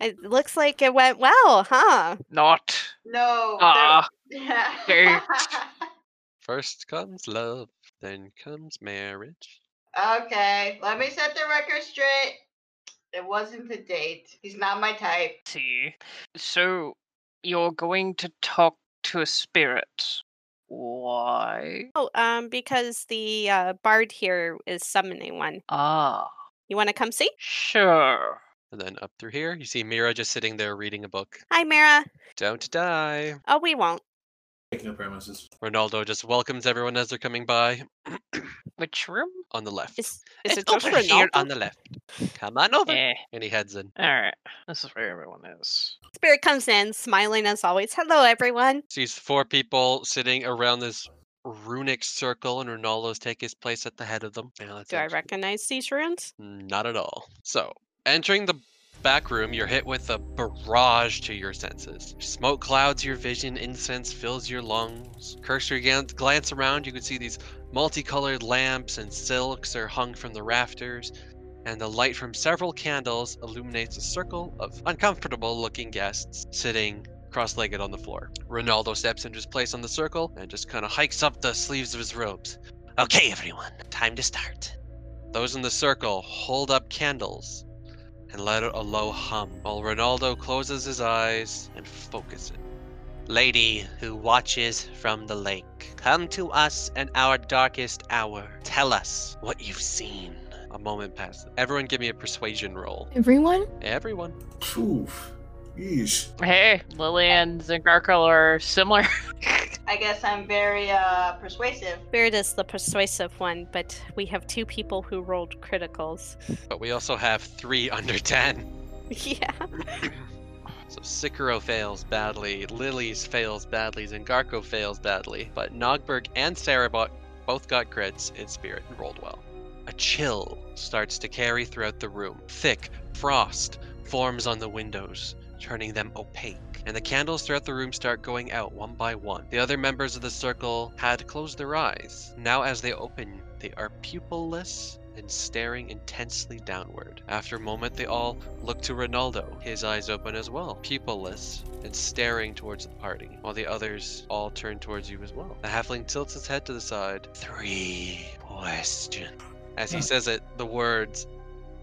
It looks like it went well, huh? Not. No. Ah, there- [laughs] dirt. First comes love, then comes marriage. okay, let me set the record straight. It wasn't the date. He's not my type. See. So you're going to talk to a spirit. Why? Oh, um, because the uh, bard here is summoning one. Ah, You want to come see? sure. And then up through here, you see Mira just sitting there reading a book. Hi, Mara. Don't die. Oh, we won't. Make no premises. Ronaldo just welcomes everyone as they're coming by Which room? [clears throat] on the left. Is, is it it's [laughs] just over here Ronaldo? on the left. Come on over. Eh. And he heads in. All right. This is where everyone is. Spirit comes in, smiling as always. Hello, everyone. Sees four people sitting around this runic circle, and Ronaldo's taking his place at the head of them. Now let's Do I actually- recognize these runes? Not at all. So, entering the back room, you're hit with a barrage to your senses. Smoke clouds your vision, incense fills your lungs. Cursory gan- glance around, you can see these multicolored lamps and silks are hung from the rafters, and the light from several candles illuminates a circle of uncomfortable looking guests sitting. Cross legged on the floor. Ronaldo steps into his place on the circle and just kind of hikes up the sleeves of his robes. Okay, everyone, time to start. Those in the circle hold up candles and let out a low hum while Ronaldo closes his eyes and focuses. Lady who watches from the lake, come to us in our darkest hour. Tell us what you've seen. A moment passes. Everyone give me a persuasion roll. Everyone? Everyone. Oof. Yeesh. Hey, Lily and Zingarkle are similar. [laughs] I guess I'm very uh, persuasive. Spirit is the persuasive one, but we have two people who rolled criticals. [laughs] But we also have three under 10. yeah. So Sikiro fails badly, Lilies fails badly, Zingarko fails badly, but Nogberg and Sarabot both got crits in spirit and rolled well. A chill starts to carry throughout the room. Thick frost forms on the windows, turning them opaque, and the candles throughout the room start going out one by one. The other members of the circle had closed their eyes. Now, as they open, they are pupilless and staring intensely downward. After a moment, they all look to Ronaldo, his eyes open as well, pupilless and staring towards the party, while the others all turn towards you as well. The halfling tilts his head to the side, Three questions. as he says it, the words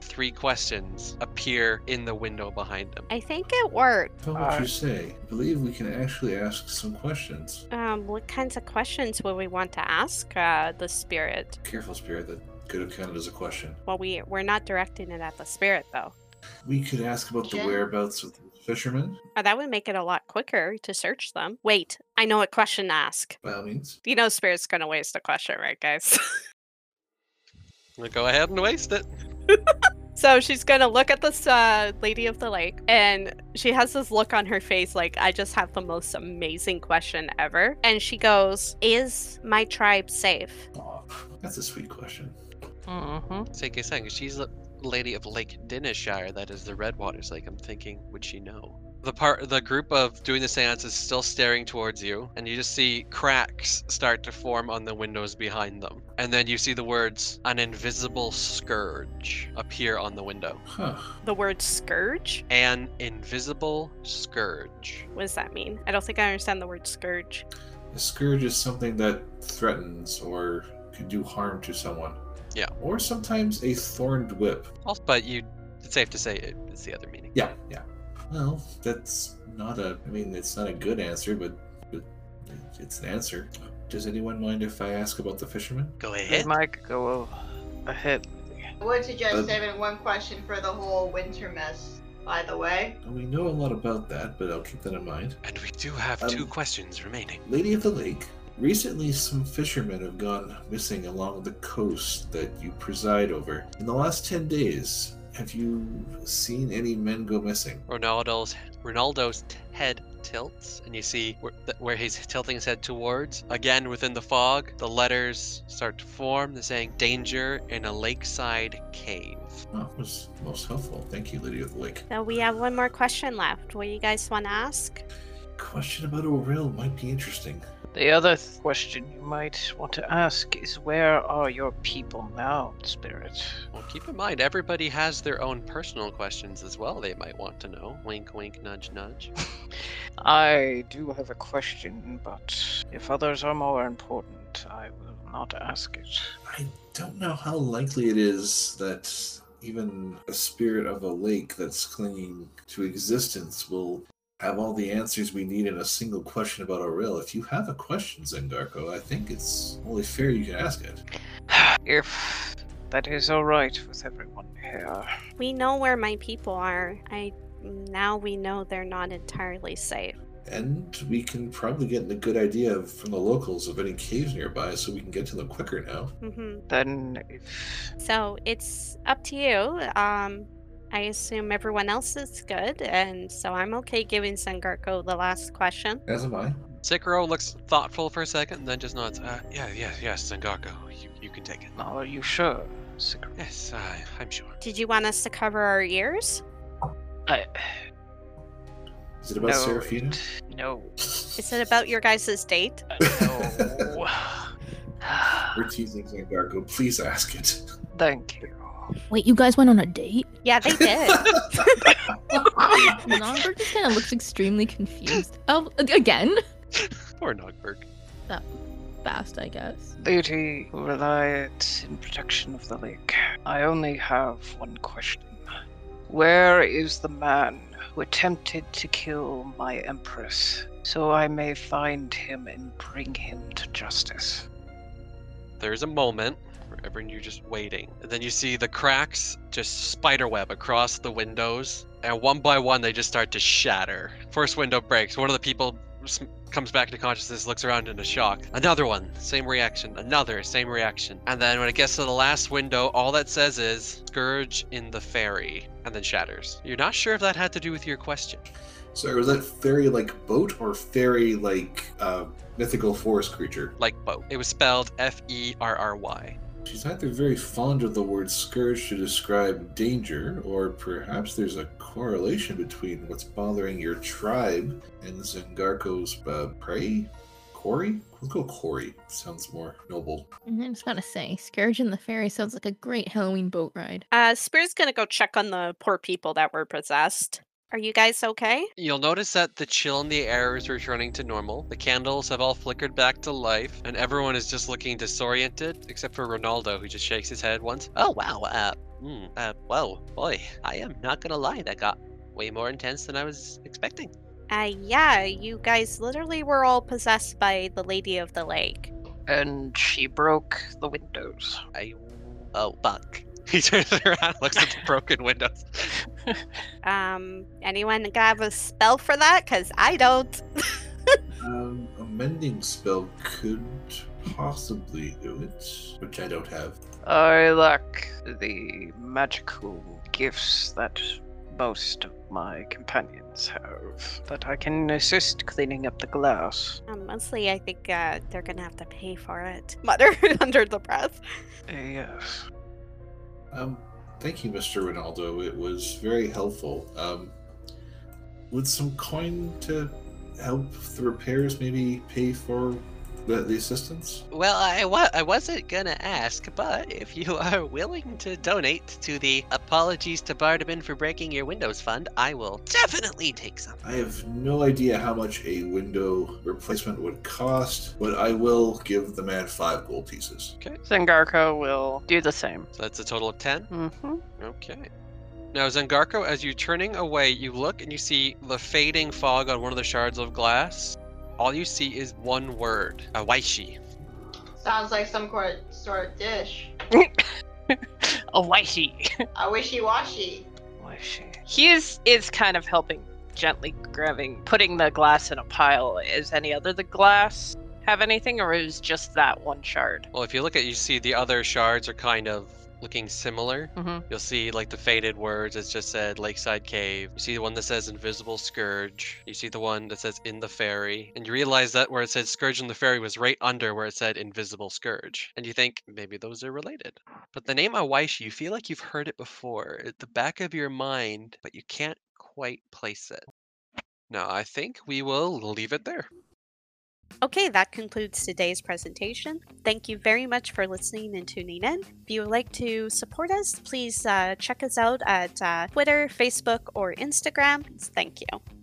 three questions appear in the window behind him. I think it worked. Tell what Uh, you say. I believe we can actually ask some questions. Um, what kinds of questions would we want to ask uh, the spirit? Careful, Spirit. That could have counted as a question. Well, we we're not directing it at the spirit though. We could ask about the Sure. whereabouts of the fisherman, Uh, that would make it a lot quicker to search them. Wait, I know what question to ask. by all means. You know, spirit's gonna waste a question, right, guys? [laughs] Well, Go ahead and waste it. So she's gonna look at this uh, lady of the lake, and she has this look on her face like, I just have the most amazing question ever. And she goes, Is my tribe safe? Aw, That's a sweet question. Mm-hmm. Take a second. She's a lady of Lake Dinishire, that is the Red Waters Lake. I'm thinking, would she know? The part, the group of doing the seance is still staring towards you, and you just see cracks start to form on the windows behind them. And then you see the words "an invisible scourge" appear on the window. Huh. The word scourge? An invisible scourge. What does that mean? I don't think I understand the word scourge. A scourge is something that threatens or could do harm to someone. Yeah. Or sometimes a thorned whip. Also, but you, it's safe to say it, it's the other meaning. Yeah, yeah. Well, that's not a. I mean, it's not a good answer, but, but it's an answer. Does anyone mind if I ask about the fisherman? Go ahead. Mike, go ahead. I would suggest Uh, saving one question for the whole winter mess, by the way. And we know a lot about that, but I'll keep that in mind. And we do have Um, two questions remaining. Lady of the Lake, recently some fishermen have gone missing along the coast that you preside over. In the last 10 days, have you seen any men go missing? Ronaldo's Ronaldo's head tilts, and you see where, th- where he's [laughs] tilting his head towards. Again, within the fog, the letters start to form. They're saying "danger in a lakeside cave." That was most helpful. Thank you, Lady of the Lake. So we have one more question left. What do you guys want to ask? Question about Oril might be interesting. The other th- question you might want to ask is where are your people now, Spirit? Well, keep in mind, everybody has their own personal questions as well. They might want to know. Wink, wink, nudge, nudge. [laughs] I do have a question, but if others are more important, I will not ask it. I don't know how likely it is that even a spirit of a lake that's clinging to existence will have all the answers we need in a single question about Oril. If you have a question, Zendarko, I think it's only fair you can ask it. if that is all right with everyone here. We know where my people are. I now we know they're not entirely safe. And we can probably get a good idea of- from the locals of any caves nearby so we can get to them quicker now. hmm Then, if So it's up to you. Um, I assume everyone else is good, and so I'm okay giving Sangarko the last question. As am I. Sikoro looks thoughtful for a second, and then just nods. Uh, yeah, yeah, yeah, Sangarko, you, you can take it. are you sure? Sigrid? Yes, I, I'm sure. Did you want us to cover our ears? I, Is it about no, Seraphina? it- no, Is it about your guys' date? [laughs] no. We're teasing Zangargo. Please ask it. Thank you. Wait, you guys went on a date? Yeah, they did. Nonberg just kind of looks extremely confused. Oh, again? Poor Nogberg. Fast, I guess. Lady who relied in protection of the lake, I only have one question. Where is the man who attempted to kill my empress? So I may find him and bring him to justice. There's a moment where everyone you're just waiting. And then you see the cracks just spiderweb across the windows, and one by one they just start to shatter. First window breaks. One of the people s- comes back to consciousness, looks around in a shock. Another one, same reaction. Another, same reaction. And then when it gets to the last window, all that says is "Scourge in the Fairy," and then shatters. You're not sure if that had to do with your question. Sorry, was that fairy like boat or fairy like uh, mythical forest creature? Like boat. It was spelled F E R R Y. She's either very fond of the word scourge to describe danger, or perhaps there's a correlation between what's bothering your tribe and Zangarko's uh, prey? Quarry? Let's go quarry. Sounds more noble. Mm-hmm. And I just gotta say, Scourge and the Fairy sounds like a great Halloween boat ride. Uh, Spear's gonna go check on the poor people that were possessed. Are you guys okay? You'll notice that the chill in the air is returning to normal. The candles have all flickered back to life, and everyone is just looking disoriented, except for Ronaldo, who just shakes his head once. Oh wow, uh, hmm, uh, whoa, boy, I am not gonna lie, that got way more intense than I was expecting. Uh, yeah, you guys literally were all possessed by the Lady of the Lake. And she broke the windows. I, oh fuck. [laughs] He turns around, looks at the broken windows. Um, anyone got a spell for that? Cause I don't. Um, a mending spell could possibly do it, which I don't have. I lack the magical gifts that most of my companions have, that I can assist cleaning up the glass. Um, mostly, I think uh, they're gonna have to pay for it. [laughs] Muttered under the breath. Uh, yes. Um, thank you, Mr. Ronaldo. It was very helpful. Um, would some coin to help the repairs maybe pay for the, the assistance? Well, I, wa- I wasn't gonna ask, but if you [laughs] are willing to donate to the Apologies to Bardaman for Breaking Your Windows Fund, I will definitely take some. I have no idea how much a window replacement would cost, but I will give the man five gold pieces. Zangarko will do the same. So that's a total of 10? Mm-hmm. Okay. Now, Zangarko, as you're turning away, you look and you see the fading fog on one of the shards of glass. All you see is one word, Awaishi. Sounds like some cor- sort of dish. Oh, why she? A wishy washy. Why is she? [laughs] He is is kind of helping, gently grabbing, putting the glass in a pile. Is any other the glass have anything, or is just that one shard? Well, if you look at it, you see the other shards are kind of looking similar. Mm-hmm. Mhm. You'll see like the faded words. It's just said Lakeside Cave. You see the one that says Invisible Scourge. You see the one that says In the Fairy. And you realize that where it said Scourge in the Fairy was right under where it said Invisible Scourge. And you think maybe those are related. But the name Awaishi, you feel like you've heard it before at the back of your mind, but you can't quite place it. No, I think we will leave it there. Okay, that concludes today's presentation. Thank you very much for listening and tuning in. If you would like to support us, please uh, check us out at uh, Twitter, Facebook, or Instagram. Thank you.